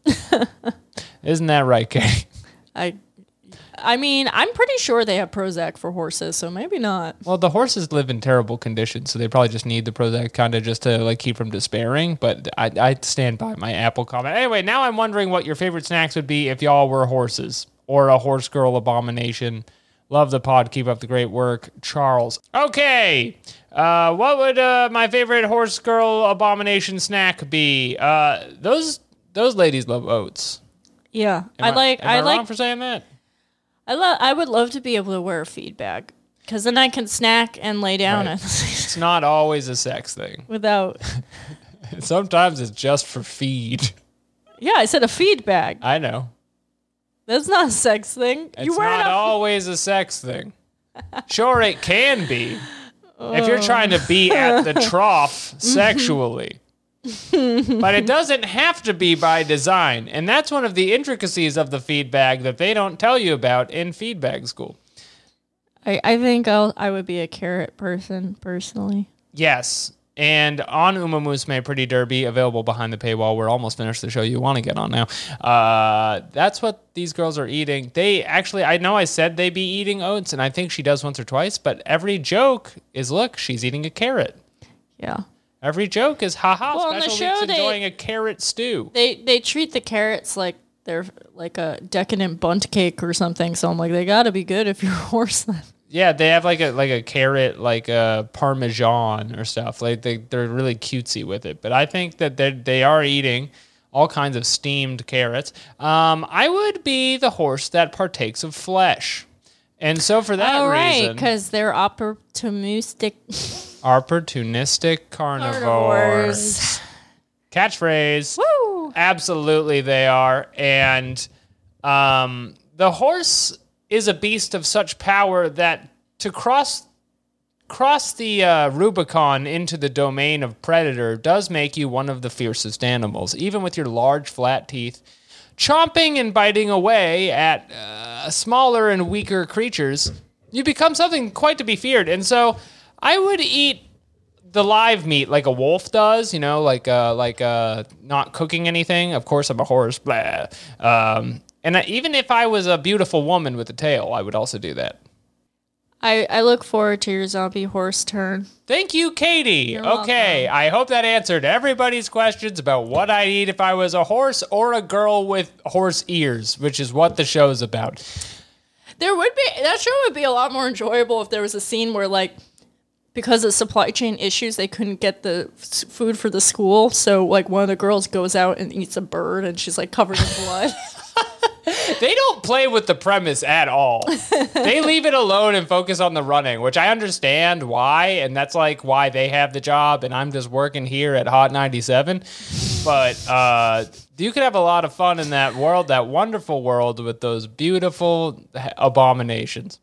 Speaker 2: Isn't that right, Katie?
Speaker 3: I I mean, I'm pretty sure they have Prozac for horses, so maybe not.
Speaker 2: Well, the horses live in terrible conditions, so they probably just need the Prozac kind of just to like keep from despairing. But I, I stand by my apple comment. Anyway, now I'm wondering what your favorite snacks would be if y'all were horses or a horse girl abomination. Love the pod. Keep up the great work, Charles. Okay, uh, what would uh, my favorite horse girl abomination snack be? Uh, those those ladies love oats.
Speaker 3: Yeah.
Speaker 2: Am
Speaker 3: I like
Speaker 2: am
Speaker 3: I,
Speaker 2: wrong
Speaker 3: like
Speaker 2: for saying that.
Speaker 3: I love I would love to be able to wear a feed bag cuz then I can snack and lay down
Speaker 2: Right.
Speaker 3: and-
Speaker 2: It's not always a sex thing.
Speaker 3: without
Speaker 2: Sometimes it's just for feed.
Speaker 3: Yeah, I said a feed bag.
Speaker 2: I know.
Speaker 3: That's not a sex thing.
Speaker 2: It's
Speaker 3: you wear
Speaker 2: not
Speaker 3: it up-
Speaker 2: always a sex thing. Sure, it can be. If you're trying to be at the
Speaker 3: Oh.
Speaker 2: trough sexually. but it doesn't have to be by design. And that's one of the intricacies of the feedback that they don't tell you about in feedback school.
Speaker 3: I, I think I'll I would be a carrot person personally.
Speaker 2: Yes. And on Uma Musume Pretty Derby, available behind the paywall. We're almost finished the show you want to get on now. Uh, that's what these girls are eating. They actually, I know I said they be eating oats, and I think she does once or twice, but every joke is look, she's eating a carrot.
Speaker 3: Yeah.
Speaker 2: Every joke is haha.
Speaker 3: Well, on the
Speaker 2: special
Speaker 3: show,
Speaker 2: Week's
Speaker 3: they-
Speaker 2: enjoying a carrot stew.
Speaker 3: They they treat the carrots like they're like a decadent bunt cake or something. So I'm like, they gotta be good if you're horse them.
Speaker 2: Yeah, they have like a like a carrot, like a parmesan or stuff. Like they they're really cutesy with it. But I think that they they are eating all kinds of steamed carrots. Um, I would be the horse that partakes of flesh, and so for that
Speaker 3: All right,
Speaker 2: reason,
Speaker 3: because they're opportunistic
Speaker 2: opportunistic carnivores.
Speaker 3: carnivores.
Speaker 2: Catchphrase.
Speaker 3: Woo!
Speaker 2: Absolutely, they are. And um, the horse is a beast of such power that to cross cross the uh, Rubicon into the domain of predator does make you one of the fiercest animals, even with your large flat teeth. Chomping and biting away at uh, smaller and weaker creatures, you become something quite to be feared. And so, I would eat the live meat like a wolf does, you know, like uh, like uh, not cooking anything. Of course, I'm a horse. Blah. Um, and I, even if I was a beautiful woman with a tail, I would also do that.
Speaker 3: I, I look forward to your zombie horse turn.
Speaker 2: Thank you, Katie. okay, I hope that answered everybody's questions about what I'd eat if I was a horse or a girl with horse ears, which is what the show's about.
Speaker 3: There would be that show would be a lot more enjoyable if there was a scene where like because of supply chain issues they couldn't get the s- food for the school, so like one of the girls goes out and eats a bird and she's like covered in blood.
Speaker 2: They don't play with the premise at all. they leave it alone and focus on the running, which I understand why, and that's like why they have the job, and I'm just working here at Hot 97. But uh, you could have a lot of fun in that world, that wonderful world with those beautiful h- abominations.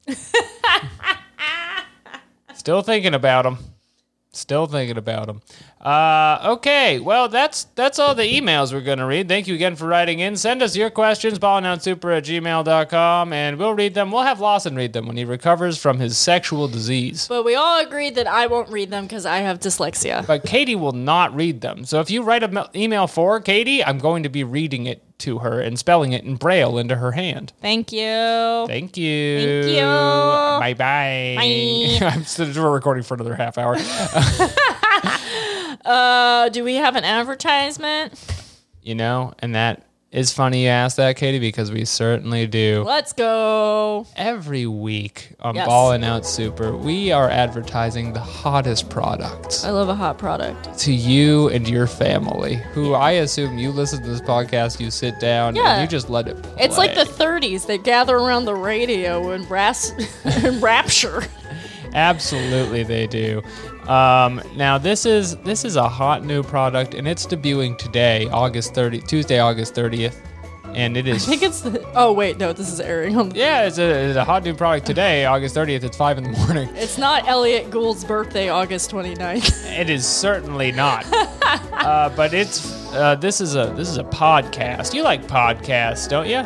Speaker 2: Still thinking about them. Still thinking about them. Uh, okay, well that's that's all the emails we're gonna read. Thank you again for writing in. Send us your questions, ballandownsuper at gmail.com, and we'll read them. We'll have Lawson read them when he recovers from his sexual disease.
Speaker 3: but we all agreed that I won't read them because I have dyslexia.
Speaker 2: But Katie will not read them. So if you write an email for Katie, I'm going to be reading it to her and spelling it in braille into her hand.
Speaker 3: Thank you.
Speaker 2: Thank you.
Speaker 3: Thank you.
Speaker 2: Bye bye.
Speaker 3: Bye.
Speaker 2: I'm still, we're recording for another half hour.
Speaker 3: Uh, do we have an advertisement?
Speaker 2: you know, and that is funny you asked that, Katie, because we certainly do.
Speaker 3: Let's go.
Speaker 2: Every week on
Speaker 3: Yes.
Speaker 2: Ballin' Out Super, we are advertising the hottest products
Speaker 3: I love a hot product.
Speaker 2: to you and your family. Who I assume you listen to this podcast, you sit down,
Speaker 3: Yeah.
Speaker 2: and you just let it. Play.
Speaker 3: It's like the 30s. They gather around the radio and brass and rapture.
Speaker 2: Absolutely, they do. Um, now this is this is a hot new product, and it's debuting today, August 30, Tuesday, August 30th, and it is
Speaker 3: I think it's the. Oh wait, no, this is airing on. The,
Speaker 2: yeah, it's a, it's a hot new product today, August 30th. It's five in the morning.
Speaker 3: It's not Elliot Gould's birthday, August 29th.
Speaker 2: It is certainly not. uh, but it's uh, this is a this is a podcast. You like podcasts, don't you?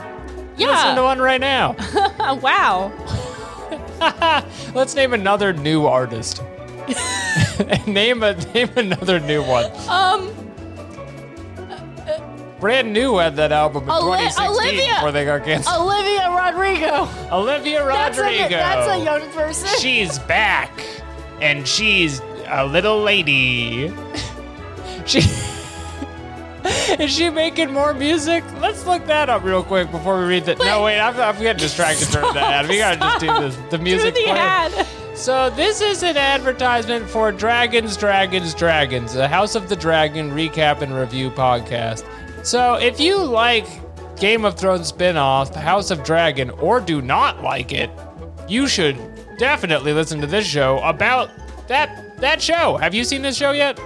Speaker 2: Listen to
Speaker 3: yeah.
Speaker 2: one right now.
Speaker 3: Oh, wow.
Speaker 2: Let's name another new artist. name a name another new one.
Speaker 3: Um,
Speaker 2: Brand new had that album in
Speaker 3: Oli-
Speaker 2: 2016
Speaker 3: Olivia-
Speaker 2: before they got canceled.
Speaker 3: Olivia Rodrigo.
Speaker 2: Olivia
Speaker 3: That's
Speaker 2: Rodrigo.
Speaker 3: a, that's a young person.
Speaker 2: she's back, and she's a little lady. she is she making more music? Let's look that up real quick before we read that. No, wait, I'm, I'm getting distracted during that ad. We gotta just do this. The
Speaker 3: Do
Speaker 2: music.
Speaker 3: the
Speaker 2: player.
Speaker 3: ad.
Speaker 2: So this is an advertisement for Dragons, Dragons, Dragons, the House of the Dragon recap and review podcast. So if you like Game of Thrones spin-off, House of Dragon, or do not like it, you should definitely listen to this show about that that show. Have you seen this show yet?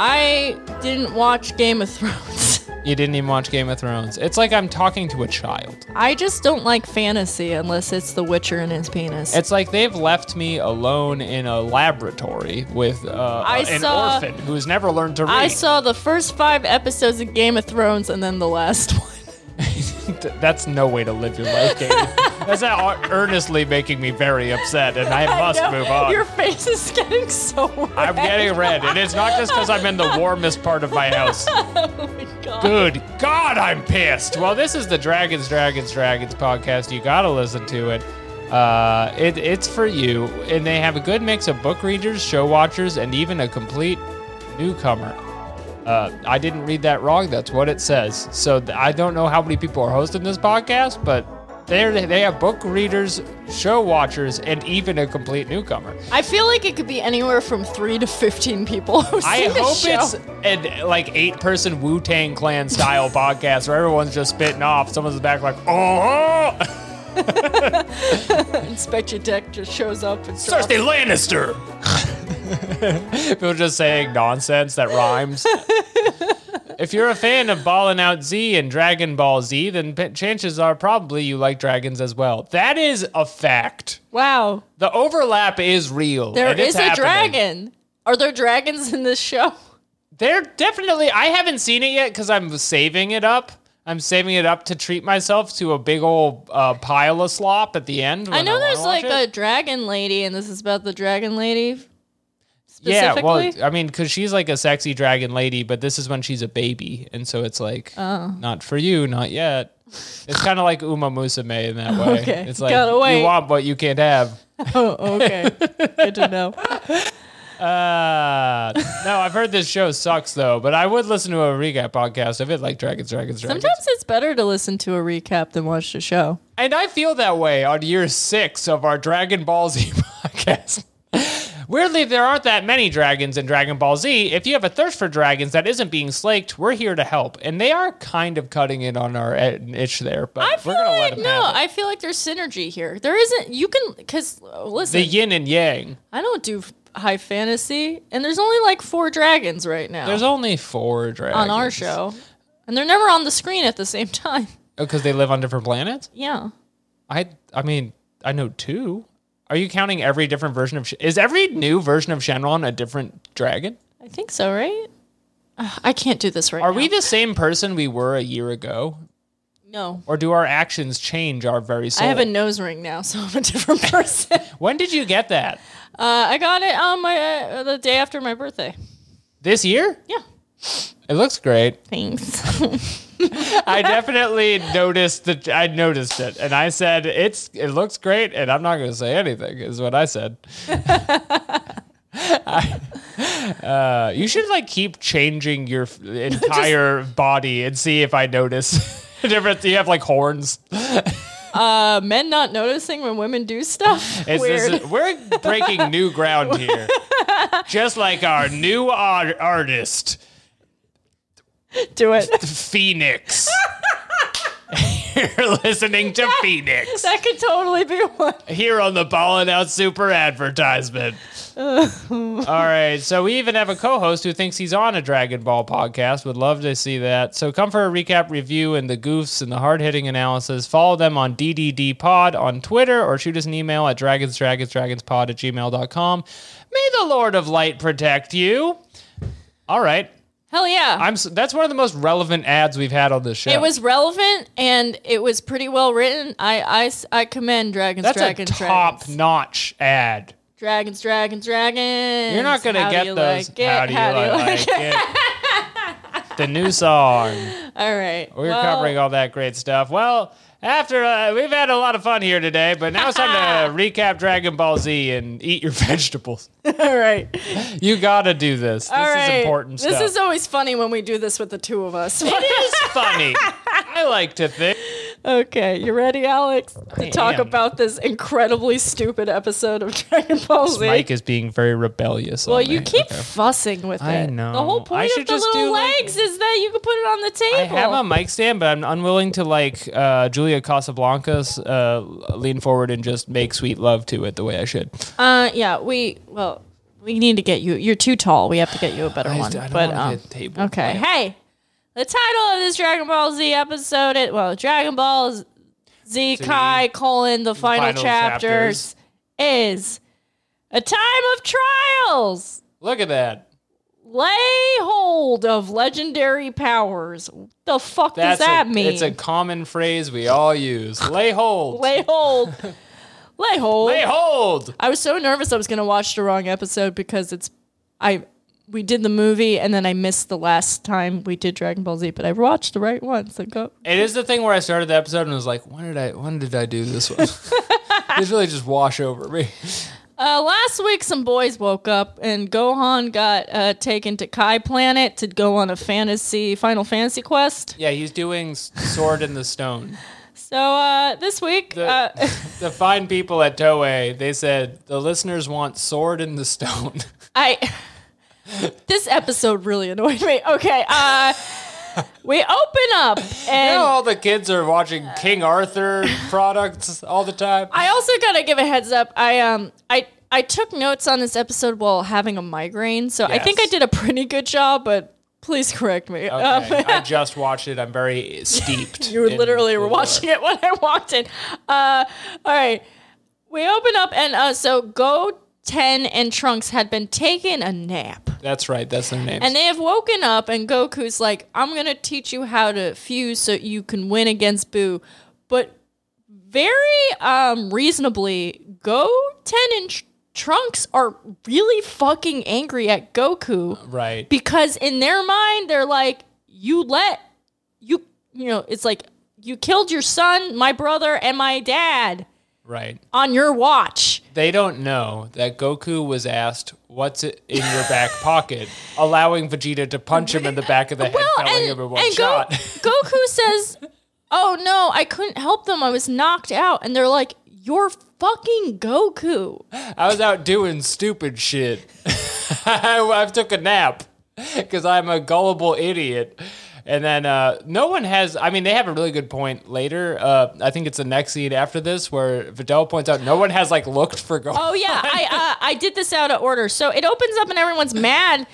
Speaker 3: I didn't watch Game of Thrones.
Speaker 2: You didn't even watch Game of Thrones. It's like I'm talking to a child.
Speaker 3: I just don't like fantasy unless it's The Witcher and his penis.
Speaker 2: It's like they've left me alone in a laboratory with uh,
Speaker 3: I
Speaker 2: an
Speaker 3: saw-
Speaker 2: orphan who's never learned to read.
Speaker 3: I saw the first five episodes of Game of Thrones and then the last one.
Speaker 2: Th- That's no way to live your life, Katie. That's not earnestly making me very upset, and I must
Speaker 3: know.
Speaker 2: move on.
Speaker 3: Your face is getting so red.
Speaker 2: I'm getting red, and it's not just because I'm in the warmest part of my house.
Speaker 3: Oh my God.
Speaker 2: Good God, I'm pissed. Well, this is the Dragons, Dragons, Dragons podcast. You gotta listen to it. Uh, it it's for you, and they have a good mix of book readers, show watchers, and even a complete newcomer. Uh, I didn't read that wrong. That's what it says. So th- I don't know how many people are hosting this podcast, but they they have book readers, show watchers, and even a complete newcomer.
Speaker 3: I feel like it could be anywhere from three to fifteen people. who've
Speaker 2: I
Speaker 3: seen this
Speaker 2: hope
Speaker 3: show.
Speaker 2: it's an like eight person Wu Tang Clan style podcast where everyone's just spitting off. Someone's in the back like, oh,
Speaker 3: Inspector Deck just shows up and starts.
Speaker 2: Cersei Lannister. People just saying nonsense that rhymes. if you're a fan of Ballin' Out Z and Dragon Ball Z, then p- chances are probably you like dragons as well. That is a fact.
Speaker 3: Wow,
Speaker 2: The overlap is real.
Speaker 3: there
Speaker 2: and it's
Speaker 3: is a
Speaker 2: happening.
Speaker 3: dragon. Are there dragons in this show?
Speaker 2: They're definitely. I haven't seen it yet because I'm saving it up. I'm saving it up to treat myself to a big old uh, pile of slop at the end.
Speaker 3: I
Speaker 2: when
Speaker 3: know
Speaker 2: wanna
Speaker 3: there's
Speaker 2: watch
Speaker 3: like
Speaker 2: it.
Speaker 3: a dragon lady, and this is about the dragon lady.
Speaker 2: yeah. Well,
Speaker 3: specifically?
Speaker 2: I mean, because she's like a sexy dragon lady, but this is when she's a baby, and so it's like
Speaker 3: Oh.
Speaker 2: not for you, not yet. It's kind of like Uma Musume in that way.
Speaker 3: Okay,
Speaker 2: It's like
Speaker 3: gotta
Speaker 2: you
Speaker 3: wait.
Speaker 2: want what you can't have.
Speaker 3: Oh, okay. Good to know.
Speaker 2: Uh, no, I've heard this show sucks though, but I would listen to a recap podcast of it, like Dragons, Dragons, Dragons.
Speaker 3: Sometimes it's better to listen to a recap than watch the show.
Speaker 2: And I feel that way on year six of our Dragon Ball Z podcast. Weirdly, there aren't that many dragons in Dragon Ball Z. If you have a thirst for dragons that isn't being slaked, we're here to help. And they are kind of cutting in on our e- itch there, but
Speaker 3: I
Speaker 2: we're
Speaker 3: feel
Speaker 2: going to let
Speaker 3: like
Speaker 2: them
Speaker 3: no.
Speaker 2: have it.
Speaker 3: I feel like there's synergy here. There isn't. You can because listen,
Speaker 2: The yin and yang.
Speaker 3: I don't do f- high fantasy, and there's only like four dragons right now
Speaker 2: There's only four dragons.
Speaker 3: Oh. on our show, and they're never on the screen at the same time.
Speaker 2: Because Oh, they live on different planets?
Speaker 3: Yeah,
Speaker 2: I, I mean, I know two. Are you counting every different version of. Sh- Is every new version of Shenron a different dragon?
Speaker 3: I think so, right? Ugh, I can't do this right
Speaker 2: Are
Speaker 3: now.
Speaker 2: we the same person we were a year ago?
Speaker 3: No,
Speaker 2: or do our actions change our very soul?
Speaker 3: I have a nose ring now, so I'm a different person. uh,
Speaker 2: when did you get that?
Speaker 3: I got it on my uh, the day after my birthday.
Speaker 2: This year?
Speaker 3: Yeah,
Speaker 2: It looks great.
Speaker 3: thanks.
Speaker 2: I definitely noticed that. I noticed it, and I said, "It's it looks great," and I'm not going to say anything. Is what I said. I- uh, you should like keep changing your f- entire body and see if I notice. Different. You have like horns.
Speaker 3: uh, men not noticing when women do stuff.
Speaker 2: It's-
Speaker 3: Weird.
Speaker 2: it's- we're breaking new ground here. Just like our new ar- artist.
Speaker 3: do it.
Speaker 2: Phoenix. You're listening to Phoenix
Speaker 3: that could totally be one.
Speaker 2: here on the Ballin' Out Super advertisement. All right, so we even have a co-host who thinks he's on a Dragon Ball podcast. Would love to see that. So come for a recap review and the goofs and the hard-hitting analysis. Follow them on DDD Pod on Twitter or shoot us an email at dragonsdragonsdragonspod at gmail.com. May the Lord of Light protect you. All right.
Speaker 3: Hell yeah.
Speaker 2: I'm s- that's one of the most relevant ads we've had on this show.
Speaker 3: It was relevant and it was pretty well written. I, I s- I commend Dragons,
Speaker 2: That's
Speaker 3: Dragons,
Speaker 2: a top
Speaker 3: Dragons.
Speaker 2: notch ad.
Speaker 3: Dragons, Dragons, Dragons.
Speaker 2: You're not gonna
Speaker 3: How do
Speaker 2: get
Speaker 3: you
Speaker 2: those.
Speaker 3: Like it?
Speaker 2: How do you like, it? the new song.
Speaker 3: All right.
Speaker 2: We're
Speaker 3: well,
Speaker 2: covering all that great stuff. Well, after uh, we've had a lot of fun here today, but now it's time to recap Dragon Ball Z and eat your vegetables.
Speaker 3: All right.
Speaker 2: You gotta do this.
Speaker 3: All
Speaker 2: this
Speaker 3: right.
Speaker 2: is important
Speaker 3: This
Speaker 2: stuff.
Speaker 3: is always funny when we do this with the two of us.
Speaker 2: it is funny. I like to think.
Speaker 3: okay, you ready, Alex, to
Speaker 2: I
Speaker 3: talk
Speaker 2: am.
Speaker 3: about this incredibly stupid episode of Dragon Ball Z?
Speaker 2: Mike is being very rebellious.
Speaker 3: well,
Speaker 2: on
Speaker 3: you
Speaker 2: me.
Speaker 3: keep
Speaker 2: Okay.
Speaker 3: fussing with
Speaker 2: I
Speaker 3: it. The
Speaker 2: know.
Speaker 3: whole
Speaker 2: I
Speaker 3: point
Speaker 2: should
Speaker 3: of the
Speaker 2: just
Speaker 3: little
Speaker 2: do, like-
Speaker 3: legs is that you can put it on the
Speaker 2: I
Speaker 3: table.
Speaker 2: have a mic stand, but I'm unwilling to like uh, Julia Casablancas uh, lean forward and just make sweet love to it the way I should.
Speaker 3: Uh, yeah, we well, we need to get you. You're too tall. We have to get you a better
Speaker 2: I
Speaker 3: one.
Speaker 2: don't
Speaker 3: but
Speaker 2: wanna
Speaker 3: um,
Speaker 2: get table
Speaker 3: okay. Hey, the title of this Dragon Ball Z episode, it, well, Dragon Ball Z, Kai colon the final,
Speaker 2: final
Speaker 3: chapters, is a time of trials.
Speaker 2: Look at that.
Speaker 3: lay hold of legendary powers. The fuck does that
Speaker 2: a,
Speaker 3: mean?
Speaker 2: It's a common phrase we all use. Lay hold.
Speaker 3: lay hold. lay hold.
Speaker 2: Lay hold.
Speaker 3: I was so nervous I was going to watch the wrong episode because it's I we did the movie and then I missed the last time we did Dragon Ball Z, but I watched the right one. So go.
Speaker 2: It is the thing where I started the episode and was like, when did I when did I do this one? These really just wash over me.
Speaker 3: Uh, last week, some boys woke up and Gohan got uh, taken to Kai Planet to go on a fantasy Final Fantasy quest.
Speaker 2: Yeah, he's doing s- Sword in the Stone.
Speaker 3: So uh, this week,
Speaker 2: The-
Speaker 3: uh,
Speaker 2: The fine people at Toei, they said the listeners want Sword in the Stone.
Speaker 3: I this episode really annoyed me. Okay, uh, we open up
Speaker 2: You
Speaker 3: and
Speaker 2: know, all the kids are watching King Arthur products all the time.
Speaker 3: I also gotta give a heads up. I um I I took notes on this episode while having a migraine, so I think I
Speaker 2: Yes.
Speaker 3: did a pretty good job. But please correct me. Um,
Speaker 2: Okay, I just watched it. I'm very steeped.
Speaker 3: uh, you were
Speaker 2: in
Speaker 3: literally
Speaker 2: the
Speaker 3: were
Speaker 2: lore.
Speaker 3: watching it when I walked in. Uh, all right, we open up and uh, so Go Ten and Trunks had been taking a nap.
Speaker 2: That's right. That's their name.
Speaker 3: And they have woken up, and Goku's like, I'm going to teach you how to fuse so you can win against Boo. But very um, reasonably, Go Ten and Tr- Trunks are really fucking angry at Goku
Speaker 2: right.
Speaker 3: because in their mind, they're like, You let, you, you know, it's like, you killed your son, my brother, and my dad
Speaker 2: right.
Speaker 3: on your watch.
Speaker 2: They don't know that Goku was asked, "What's in your back pocket?" allowing Vegeta to punch him in the back of the head, telling him in one
Speaker 3: and Go-
Speaker 2: shot.
Speaker 3: Goku says, "Oh no, I couldn't help them. I was knocked out." And they're like, "You're fucking Goku."
Speaker 2: I was out doing stupid shit. I, I took a nap because I'm a gullible idiot. And then uh, no one has. I mean, they have a really good point later. Uh, I think it's the next scene after this where Vidal points out no one has like looked for Goku.
Speaker 3: Oh yeah, I uh, I did this out of order. So it opens up and everyone's mad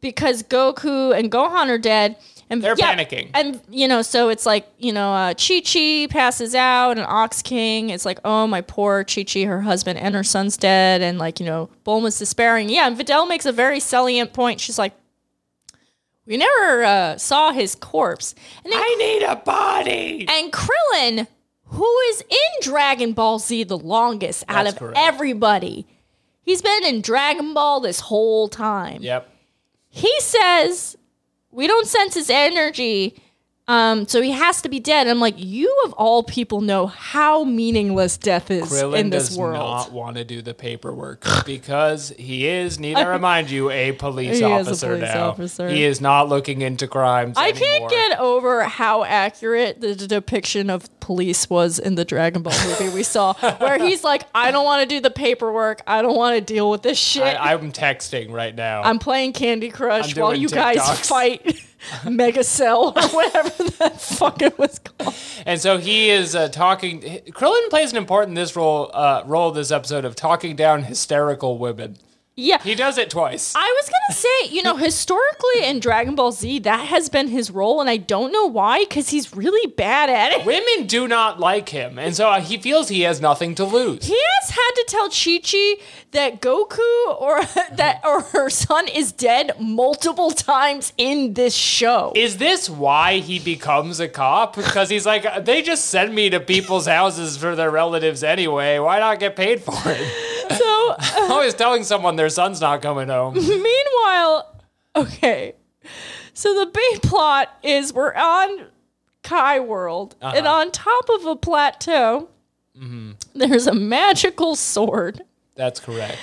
Speaker 3: because Goku and Gohan are dead. And
Speaker 2: They're
Speaker 3: yeah,
Speaker 2: panicking.
Speaker 3: And you know, so it's like, you know, uh Chi Chi passes out and Ox King is like, oh my poor Chi Chi, her husband and her son's dead, and like, you know, Bulma's despairing. Yeah, and Videl makes a very salient point. She's like, We never uh, saw his corpse. And then
Speaker 2: I need a body.
Speaker 3: and Krillin, who is in Dragon Ball Z the longest out
Speaker 2: That's
Speaker 3: of
Speaker 2: correct.
Speaker 3: everybody. He's been in Dragon Ball this whole time.
Speaker 2: Yep.
Speaker 3: He says, We don't sense his energy, um, so he has to be dead. I'm like, You of all people know how meaningless death is
Speaker 2: Krillin
Speaker 3: in this
Speaker 2: does
Speaker 3: world.
Speaker 2: not want to do the paperwork because he is, need I remind you, a police
Speaker 3: He is a
Speaker 2: officer
Speaker 3: police
Speaker 2: now.
Speaker 3: officer.
Speaker 2: He is not looking into crimes.
Speaker 3: I
Speaker 2: anymore.
Speaker 3: can't get over how accurate the d- depiction of police was in the Dragon Ball movie we saw, where he's like, I don't want to do the paperwork. I don't want to deal with this shit.
Speaker 2: I, I'm texting right now.
Speaker 3: I'm playing Candy Crush
Speaker 2: I'm
Speaker 3: while
Speaker 2: doing
Speaker 3: you
Speaker 2: TikToks.
Speaker 3: guys fight Mega Cell or whatever that fucking was called.
Speaker 2: And so he is uh, talking. Krillin plays an important this role uh, role this episode of talking down hysterical women.
Speaker 3: Yeah.
Speaker 2: He does it twice.
Speaker 3: I was gonna say, you know, historically in Dragon Ball Z, that has been his role, and I don't know why, because he's really bad at it.
Speaker 2: women do not like him, and so uh, he feels he has nothing to lose.
Speaker 3: He has had to tell Chi Chi that Goku or that or her son is dead multiple times in this show.
Speaker 2: is this why he becomes a cop? Because he's like, they just send me to people's houses for their relatives anyway. Why not get paid for it?
Speaker 3: so
Speaker 2: I'm always telling someone their son's not coming home.
Speaker 3: Meanwhile, okay. So the B plot is we're on Kai World, and
Speaker 2: Uh-huh.
Speaker 3: on top of a plateau,
Speaker 2: Mm-hmm.
Speaker 3: there's a magical sword.
Speaker 2: That's correct.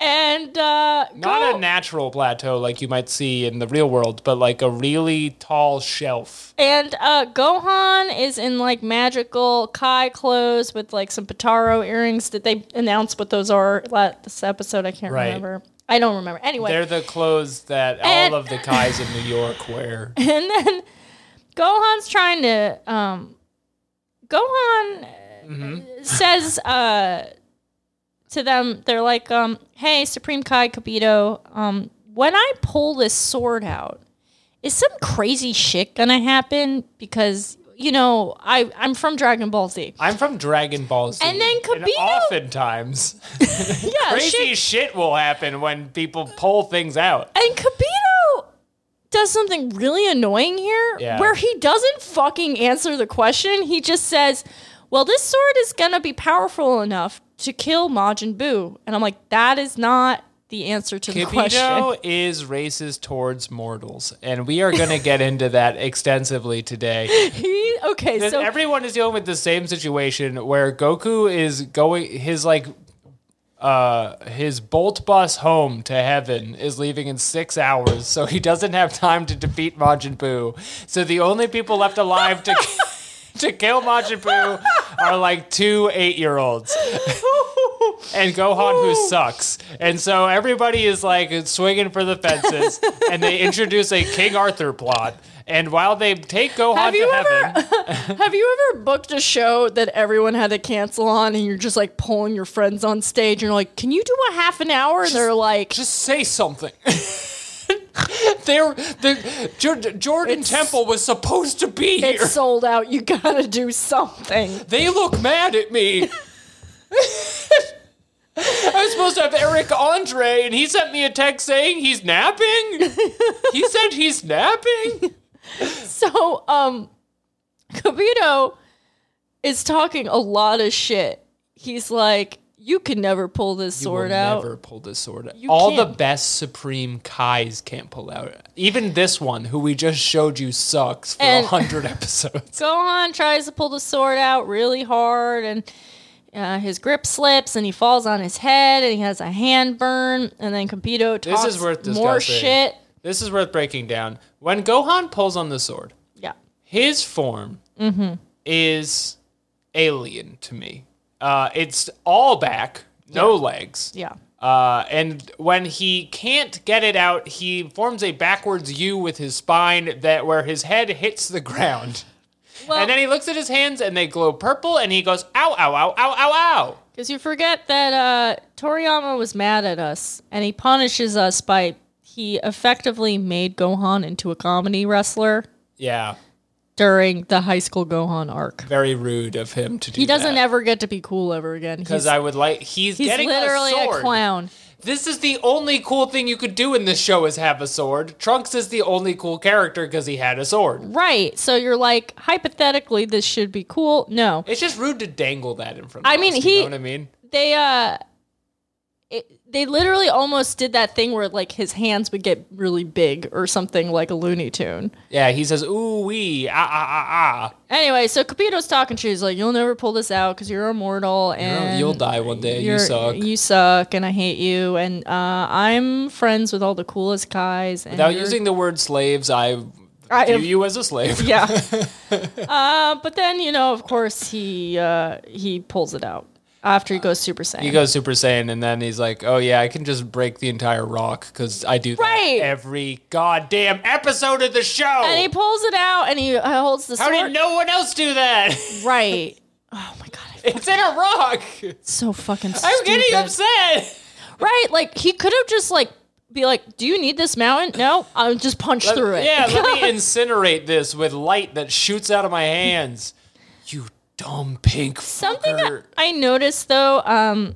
Speaker 3: And uh,
Speaker 2: Not
Speaker 3: Go-
Speaker 2: a natural plateau like you might see in the real world, but like a really tall shelf.
Speaker 3: and uh, Gohan is in like magical Kai clothes with like some Pataro earrings. Did they announce what those are last this episode? I can't
Speaker 2: Right.
Speaker 3: remember. I don't remember. Anyway,
Speaker 2: They're the clothes that
Speaker 3: And-
Speaker 2: all of the guys in New York wear.
Speaker 3: and then Gohan's trying to um Gohan uh, says uh to them they're like um hey Supreme Kai Kabito um when I pull this sword out is some crazy shit going to happen because you know I I'm from Dragon Ball Z.
Speaker 2: I'm from Dragon Ball Z.
Speaker 3: And then Kabino-
Speaker 2: oftentimes,
Speaker 3: Yeah,
Speaker 2: crazy
Speaker 3: shit.
Speaker 2: shit will happen when people pull things out.
Speaker 3: And Kabito does something really annoying here
Speaker 2: Yeah.
Speaker 3: where he doesn't fucking answer the question. He just says, Well, this sword is going to be powerful enough to kill Majin Buu. And I'm like, That is not the answer to the question.
Speaker 2: Kibido is racist towards mortals, and we are going to get into that extensively today.
Speaker 3: He, okay,
Speaker 2: Because
Speaker 3: so
Speaker 2: everyone is dealing with the same situation where Goku is going his like uh his bolt bus home to heaven is leaving in six hours, so he doesn't have time to defeat Majin Buu. So the only people left alive to to kill Majin Buu are like two eight year olds and Gohan who sucks. And so everybody is like swinging for the fences, and they introduce a King Arthur plot. And while they take Gohan
Speaker 3: Have
Speaker 2: to
Speaker 3: you ever-
Speaker 2: heaven,
Speaker 3: have you ever booked a show that everyone had to cancel on and you're just like pulling your friends on stage and you're like, Can you do a half an hour? And they're like,
Speaker 2: just say something. They're, the Jor- Jordan
Speaker 3: It's-
Speaker 2: Temple was supposed to be here.
Speaker 3: It's sold out. You gotta do something.
Speaker 2: They look mad at me. I was supposed to have Eric Andre, and he sent me a text saying he's napping. he said he's napping.
Speaker 3: So, um, Kabito is talking a lot of shit. He's like, you can never pull this sword
Speaker 2: will
Speaker 3: out.
Speaker 2: Never pull this sword out.
Speaker 3: You
Speaker 2: All the
Speaker 3: can't.
Speaker 2: best Supreme Kais can't pull out. Even this one, who we just showed you, sucks for a
Speaker 3: And-
Speaker 2: hundred episodes.
Speaker 3: Gohan tries to pull the sword out really hard, and uh, his grip slips, and he falls on his head, and he has a hand burn. And then Kabito
Speaker 2: This
Speaker 3: talks
Speaker 2: is worth
Speaker 3: more
Speaker 2: discussing.
Speaker 3: shit.
Speaker 2: This is worth breaking down. When Gohan pulls on the sword,
Speaker 3: Yeah,
Speaker 2: his form is alien to me. Uh, it's all back, no legs.
Speaker 3: yeah.
Speaker 2: Uh, and when he can't get it out, he forms a backwards U with his spine that where his head hits the ground.
Speaker 3: Well,
Speaker 2: and then he looks at his hands and they glow purple and he goes, ow, ow, ow, ow, ow, ow.
Speaker 3: Because you forget that uh, Toriyama was mad at us, and he punishes us by he effectively made Gohan into a comedy wrestler
Speaker 2: Yeah.
Speaker 3: during the high school Gohan arc.
Speaker 2: Very rude of him to do
Speaker 3: He doesn't
Speaker 2: that.
Speaker 3: ever get to be cool ever again.
Speaker 2: Because
Speaker 3: He's,
Speaker 2: I would like, he's,
Speaker 3: he's
Speaker 2: getting
Speaker 3: literally
Speaker 2: a,
Speaker 3: a,
Speaker 2: sword.
Speaker 3: clown.
Speaker 2: This is the only cool thing you could do in this show is have a sword. Trunks is the only cool character because he had a sword.
Speaker 3: Right. So you're like, hypothetically, this should be cool. No.
Speaker 2: It's just rude to dangle that in front of
Speaker 3: I mean,
Speaker 2: us, You
Speaker 3: he-
Speaker 2: know what I mean?
Speaker 3: They, uh,. It, they literally almost did that thing where like his hands would get really big or something like a Looney Tune.
Speaker 2: Yeah, he says, ooh, wee, ah, ah, ah, ah.
Speaker 3: Anyway, so Cupido's talking to you. He's like, "You'll never pull this out because you're immortal and
Speaker 2: You'll die one day. You
Speaker 3: you're-
Speaker 2: suck.
Speaker 3: You suck, and I hate you. And uh, I'm friends with all the coolest guys. And
Speaker 2: Without
Speaker 3: you're-
Speaker 2: using the word slaves, I
Speaker 3: I
Speaker 2: view
Speaker 3: am-
Speaker 2: you as a slave.
Speaker 3: yeah. uh, but then you know, of course, he uh, he pulls it out after he goes Super Saiyan.
Speaker 2: He goes Super Saiyan, and then he's like, "Oh yeah, I can just break the entire rock because I do that
Speaker 3: Right.
Speaker 2: every goddamn episode of the show."
Speaker 3: and he pulls it out, and he uh, holds the
Speaker 2: How
Speaker 3: sword.
Speaker 2: did no one else do that?
Speaker 3: right. Oh my god, I-
Speaker 2: it's in a rock.
Speaker 3: it's so fucking.
Speaker 2: I'm getting
Speaker 3: stupid.
Speaker 2: upset.
Speaker 3: Right, like he could have just like be like, "Do you need this mountain? No, I'll just punch through it."
Speaker 2: Yeah, let me incinerate this with light that shoots out of my hands. You dumb pink
Speaker 3: Something
Speaker 2: fucker.
Speaker 3: that I noticed though um,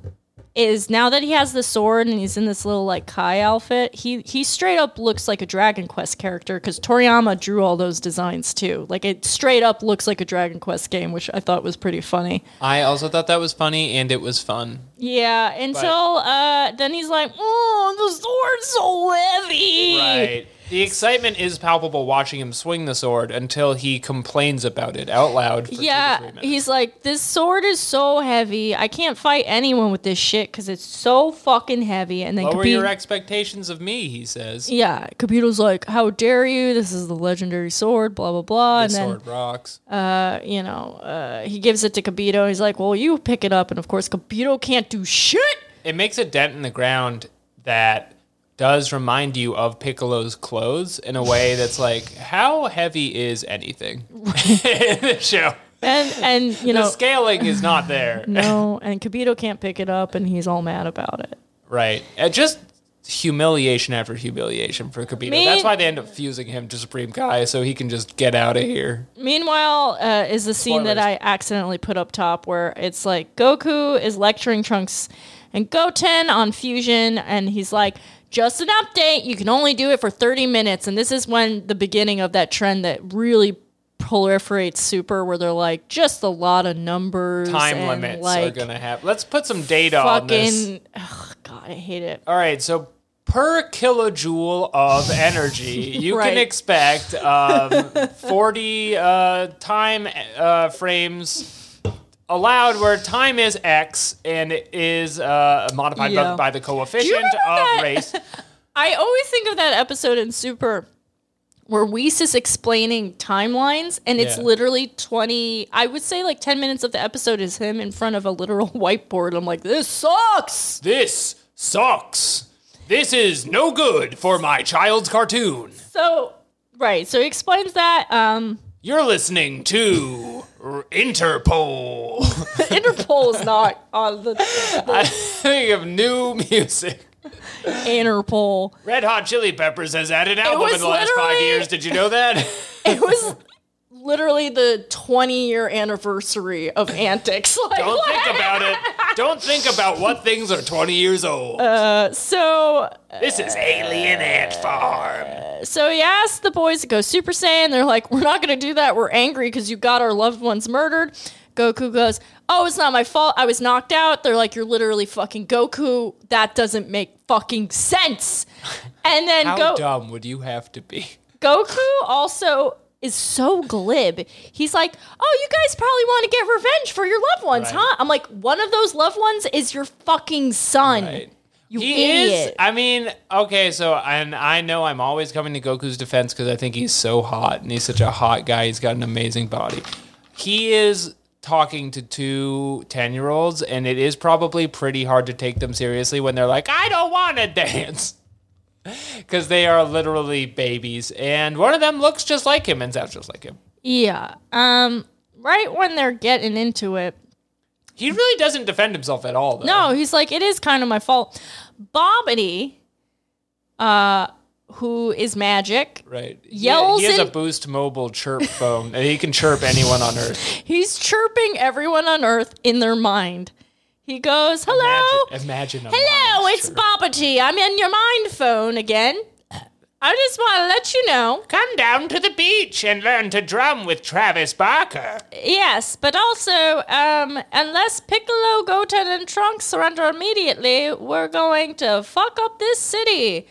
Speaker 3: is now that he has the sword and he's in this little like Kai outfit, he he straight up looks like a Dragon Quest character because Toriyama drew all those designs too. Like it straight up looks like a Dragon Quest game, which I thought was pretty funny.
Speaker 2: I also thought that was funny, and it was fun.
Speaker 3: Yeah, until uh, then he's like, "Oh, the sword's so heavy."
Speaker 2: Right. The excitement is palpable watching him swing the sword until he complains about it out loud. For two to
Speaker 3: Yeah,
Speaker 2: three minutes.
Speaker 3: he's like, this sword is so heavy. I can't fight anyone with this shit because it's so fucking heavy. And then
Speaker 2: Lower
Speaker 3: Kabi-
Speaker 2: your expectations of me, he says.
Speaker 3: yeah, Kabuto's like, how dare you? This is the legendary sword, blah, blah, blah.
Speaker 2: The
Speaker 3: and
Speaker 2: sword rocks.
Speaker 3: then, uh, you know, uh, he gives it to Kabuto. He's like, well, you pick it up. And of course, Kabuto can't do shit.
Speaker 2: It makes a dent in the ground that does remind you of Piccolo's clothes in a way that's like, how heavy is anything in this show?
Speaker 3: And, and you
Speaker 2: The
Speaker 3: know,
Speaker 2: scaling is not there.
Speaker 3: no, and Kabuto can't pick it up. And he's all mad about it.
Speaker 2: Right. Uh, just humiliation after humiliation for Kabito.
Speaker 3: Me-
Speaker 2: That's why they end up fusing him to Supreme Kai so he can just get out of here.
Speaker 3: Meanwhile, uh, is the scene that I
Speaker 2: Spoilers.
Speaker 3: accidentally put up top where it's like Goku is lecturing Trunks and Goten on fusion, and he's like, just an update. You can only do it for 30 minutes. And this is when the beginning of that trend that really proliferates super, where they're like, just a lot of numbers.
Speaker 2: Time
Speaker 3: and,
Speaker 2: limits
Speaker 3: like,
Speaker 2: are gonna happen. Let's put some data on this.
Speaker 3: Fucking, ugh, God, I hate it.
Speaker 2: All right, so per kilojoule of energy, you
Speaker 3: Right.
Speaker 2: can expect um, 40 uh, time uh, frames allowed where time is X and it is uh, modified
Speaker 3: Yeah.
Speaker 2: by, by the coefficient
Speaker 3: remember
Speaker 2: of
Speaker 3: that?
Speaker 2: race.
Speaker 3: I always think of that episode in Super where Whis is explaining timelines, and it's
Speaker 2: Yeah.
Speaker 3: literally 20, I would say like 10 minutes of the episode is him in front of a literal whiteboard. I'm like, this sucks.
Speaker 2: This sucks. This is no good for my child's cartoon.
Speaker 3: So, right. So he explains that. Um,
Speaker 2: You're listening to R- Interpol.
Speaker 3: Interpol is not on the, the
Speaker 2: I think of new music.
Speaker 3: Interpol.
Speaker 2: Red Hot Chili Peppers has added an album
Speaker 3: was
Speaker 2: in the last five
Speaker 3: literally-
Speaker 2: years. Did you know that?
Speaker 3: It was literally the 20 year anniversary of Antics. Like,
Speaker 2: Don't
Speaker 3: what?
Speaker 2: think about it. Don't think about what things are 20 years old.
Speaker 3: Uh, So
Speaker 2: this is Alien Ant Farm.
Speaker 3: So he asked the boys to go Super Saiyan. They're like, we're not going to do that. We're angry because you got our loved ones murdered. Goku goes, oh, it's not my fault. I was knocked out. They're like, you're literally fucking Goku. That doesn't make fucking sense. And then
Speaker 2: How
Speaker 3: go-
Speaker 2: dumb would you have to be?
Speaker 3: Goku also is so glib. He's like, oh, you guys probably want to get revenge for your loved ones,
Speaker 2: Right.
Speaker 3: huh? I'm like, one of those loved ones is your fucking son.
Speaker 2: Right.
Speaker 3: You
Speaker 2: he
Speaker 3: idiot.
Speaker 2: is. I mean, okay, so and I know I'm always coming to Goku's defense because I think he's so hot and he's such a hot guy. He's got an amazing body. He is talking to two 10 year olds, and it is probably pretty hard to take them seriously when they're like, I don't want to dance. Because they are literally babies, and one of them looks just like him and sounds just like him.
Speaker 3: yeah. Um, right when they're getting into it,
Speaker 2: He really doesn't defend himself at all, though.
Speaker 3: No, he's like, it is kind of my fault. Bobbity, uh, who is magic,
Speaker 2: Right. He-
Speaker 3: Yells
Speaker 2: He, has
Speaker 3: in-
Speaker 2: a Boost mobile chirp phone, and he can chirp anyone on Earth.
Speaker 3: he's chirping everyone on Earth in their mind. He goes, hello,
Speaker 2: Imagine, imagine a
Speaker 3: hello,
Speaker 2: mom's
Speaker 3: it's
Speaker 2: chirp.
Speaker 3: Bobbity. I'm in your mind phone again. I just want to let you know.
Speaker 2: Come down to the beach and learn to drum with Travis Barker.
Speaker 3: Yes, but also, um, unless Piccolo, Goten, and Trunks surrender immediately, we're going to fuck up this city.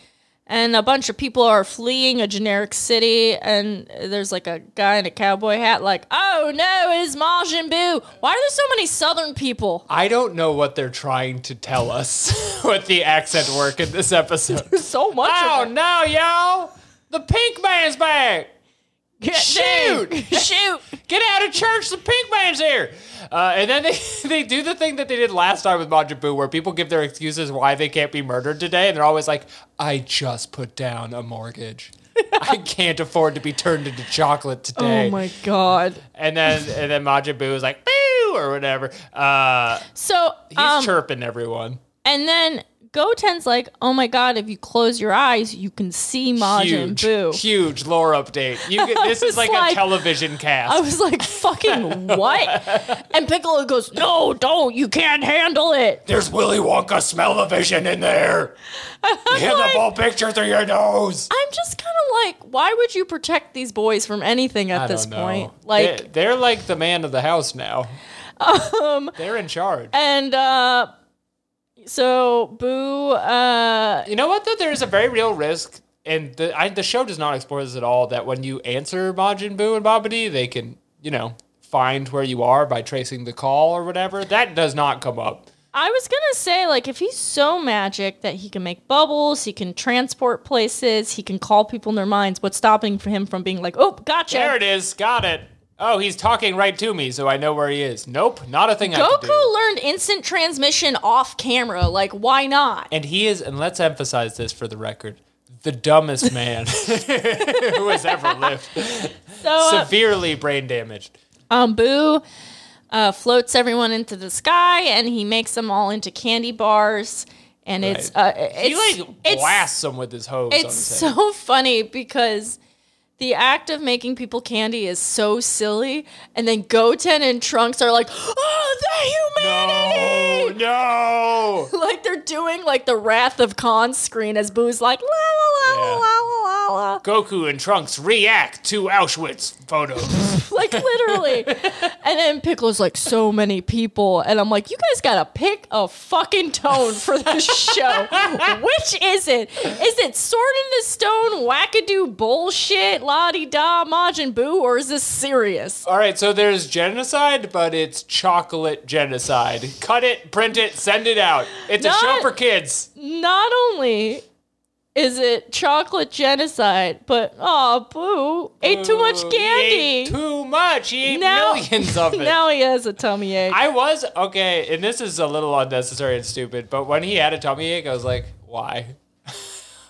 Speaker 3: And a bunch of people are fleeing a generic city, and there's like a guy in a cowboy hat, like, oh no, it is Majin Buu. Why are there so many southern people?
Speaker 2: I don't know what they're trying to tell us with the accent work in this episode.
Speaker 3: So much.
Speaker 2: oh
Speaker 3: of it.
Speaker 2: no, y'all! The pink man's back!
Speaker 3: Get-
Speaker 2: shoot!
Speaker 3: dang. Shoot!
Speaker 2: Get out of church, the pink man's here! Uh, and then they, they do the thing that they did last time with Majin Buu, where people give their excuses why they can't be murdered today, and they're always like, I just put down a mortgage. I can't afford to be turned into chocolate today.
Speaker 3: Oh my god.
Speaker 2: And then and then Majin Buu is like boo or whatever. Uh,
Speaker 3: So,
Speaker 2: he's
Speaker 3: um,
Speaker 2: chirping everyone.
Speaker 3: And then Goten's like, "Oh my god, if you close your eyes, you can see Majin
Speaker 2: Huge,
Speaker 3: Buu."
Speaker 2: huge lore update. You get, this is
Speaker 3: was
Speaker 2: like,
Speaker 3: like-
Speaker 2: a television cast.
Speaker 3: I was like, "Fucking what?" And Piccolo goes, "No, don't. You can't handle it."
Speaker 2: There's Willy Wonka smell of vision in there. You hear the full picture through your nose.
Speaker 3: I'm just kind of like, why would you protect these boys from anything at
Speaker 2: I
Speaker 3: this
Speaker 2: don't know.
Speaker 3: point? Like,
Speaker 2: They- they're like the man of the house now. Um, they're in charge.
Speaker 3: and uh, so Boo, uh,
Speaker 2: You know what? Though there is a very real risk, and the I, the show does not explore this at all. That when you answer Majin Buu and Babidi, they can you know find where you are by tracing the call or whatever. That does not come up.
Speaker 3: I was gonna say like, if he's so magic that he can make bubbles, he can transport places, he can call people in their minds, what's stopping him from being like, "Oh, gotcha."
Speaker 2: There it is. Got it. Oh, he's talking right to me, so I know where he is. Nope, not a thing I can
Speaker 3: Goku
Speaker 2: do.
Speaker 3: learned instant transmission off camera. Like, why not?
Speaker 2: And he is, and let's emphasize this for the record, the dumbest man who has ever lived.
Speaker 3: So, uh,
Speaker 2: Severely brain damaged.
Speaker 3: um, Boo uh, floats everyone into the sky, and he makes them all into candy bars. And it's uh,
Speaker 2: He
Speaker 3: it's
Speaker 2: like
Speaker 3: it's,
Speaker 2: blasts him with his hose. on
Speaker 3: it's
Speaker 2: his head.
Speaker 3: so funny because the act of making people candy is so silly, and then Goten and Trunks are like, "Oh, the humanity.
Speaker 2: no.
Speaker 3: Like they're doing like the Wrath of Khan screen as Boo's like la la la
Speaker 2: Yeah.
Speaker 3: la la la la.
Speaker 2: Goku and Trunks react to Auschwitz photos.
Speaker 3: like literally. and then Piccolo's like so many people, and I'm like, you guys gotta pick a fucking tone for this show. Which is it? Is it Sword in the Stone, wackadoo bullshit, la di da, Majin Buu, or is this serious?
Speaker 2: All right, so there's genocide, but it's chocolate genocide. Cut it, print it, send it out. It's a show
Speaker 3: Not-
Speaker 2: for kids.
Speaker 3: Not only. Is it chocolate genocide? But oh, Boo ate too much
Speaker 2: He ate
Speaker 3: candy.
Speaker 2: too much. He ate
Speaker 3: Now-
Speaker 2: millions of it.
Speaker 3: now he has a tummy ache.
Speaker 2: I was okay, and this is a little unnecessary and stupid, but when he had a tummy ache, I was like, why?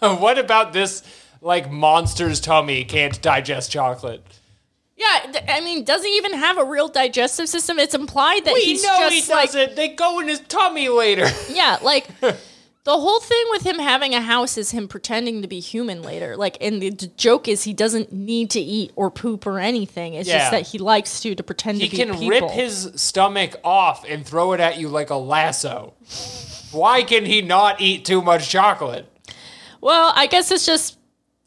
Speaker 2: what about this like monster's tummy can't digest chocolate?
Speaker 3: yeah, th- I mean, doesn't he even have a real digestive system. It's implied that
Speaker 2: We
Speaker 3: he's
Speaker 2: know
Speaker 3: just
Speaker 2: he
Speaker 3: like
Speaker 2: doesn't. They go in his tummy later.
Speaker 3: Yeah, like the whole thing with him having a house is him pretending to be human later. Like, and the d- joke is he doesn't need to eat or poop or anything. It's
Speaker 2: Yeah.
Speaker 3: just that he likes to to pretend
Speaker 2: he
Speaker 3: to be
Speaker 2: can
Speaker 3: people.
Speaker 2: rip his stomach off and throw it at you like a lasso. Why can he not eat too much chocolate?
Speaker 3: well, I guess it's just.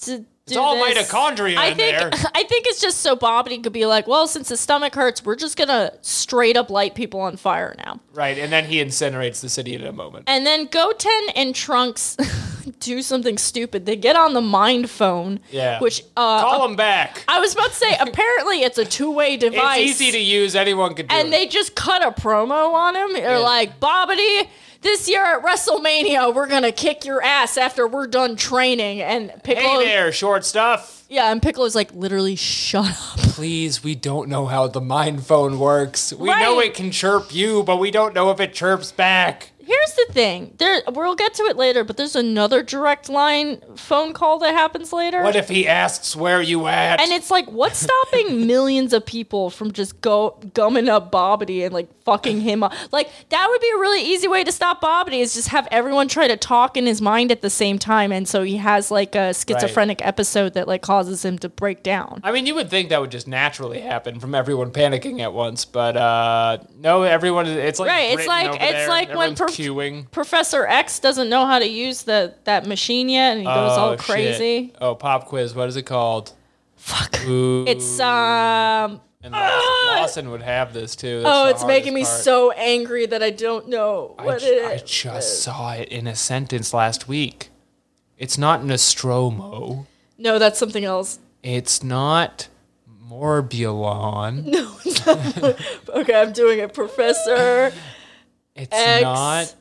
Speaker 3: To it's
Speaker 2: all mitochondria
Speaker 3: I
Speaker 2: in
Speaker 3: think,
Speaker 2: there.
Speaker 3: I think it's just so Bobbity could be like, well, since his stomach hurts, we're just gonna straight up light people on fire now.
Speaker 2: Right, and then he incinerates the city in a moment.
Speaker 3: And then Goten and Trunks do something stupid. They get on the mind phone.
Speaker 2: Yeah.
Speaker 3: Which uh,
Speaker 2: Call him back.
Speaker 3: I was about to say, apparently it's a two-way device.
Speaker 2: It's easy to use. Anyone could do
Speaker 3: and
Speaker 2: it.
Speaker 3: they just cut a promo on him. They're like, Bobbity, this year at WrestleMania, we're gonna kick your ass after we're done training. And Piccolo,
Speaker 2: hey there, short stuff.
Speaker 3: yeah, and Piccolo's like, literally, shut up.
Speaker 2: Please, we don't know how the mind phone works. We know
Speaker 3: Right.
Speaker 2: it can chirp you, but we don't know if it chirps back.
Speaker 3: Here's the thing. There, we'll get to it later, but there's another direct line phone call that happens later.
Speaker 2: What if he asks where you at?
Speaker 3: and it's like, what's stopping millions of people from just go gumming up Bobbity and like fucking him up? Like that would be a really easy way to stop Bobbity is just have everyone try to talk in his mind at the same time, and so he has like a schizophrenic episode that like causes him to break down.
Speaker 2: I mean, you would think that would just naturally happen from everyone panicking at once, but uh, no, everyone. It's like
Speaker 3: Right, it's
Speaker 2: written
Speaker 3: like-
Speaker 2: over
Speaker 3: it's
Speaker 2: there.
Speaker 3: like when
Speaker 2: Everyone's
Speaker 3: perf-
Speaker 2: queuing
Speaker 3: Professor X doesn't know how to use the that machine yet, and he goes
Speaker 2: Oh,
Speaker 3: all
Speaker 2: shit.
Speaker 3: crazy.
Speaker 2: Oh, pop quiz. What is it called?
Speaker 3: Fuck.
Speaker 2: Ooh.
Speaker 3: It's um.
Speaker 2: and Lawson, Lawson would have this too. That's
Speaker 3: Oh,
Speaker 2: the
Speaker 3: it's making me
Speaker 2: hardest part.
Speaker 3: so angry that I don't know
Speaker 2: I,
Speaker 3: what
Speaker 2: ju- I
Speaker 3: it is.
Speaker 2: just saw it in a sentence last week. It's not Nostromo.
Speaker 3: No, that's something else.
Speaker 2: It's not Morbulon.
Speaker 3: Okay, I'm doing it, Professor.
Speaker 2: It's
Speaker 3: X.
Speaker 2: not.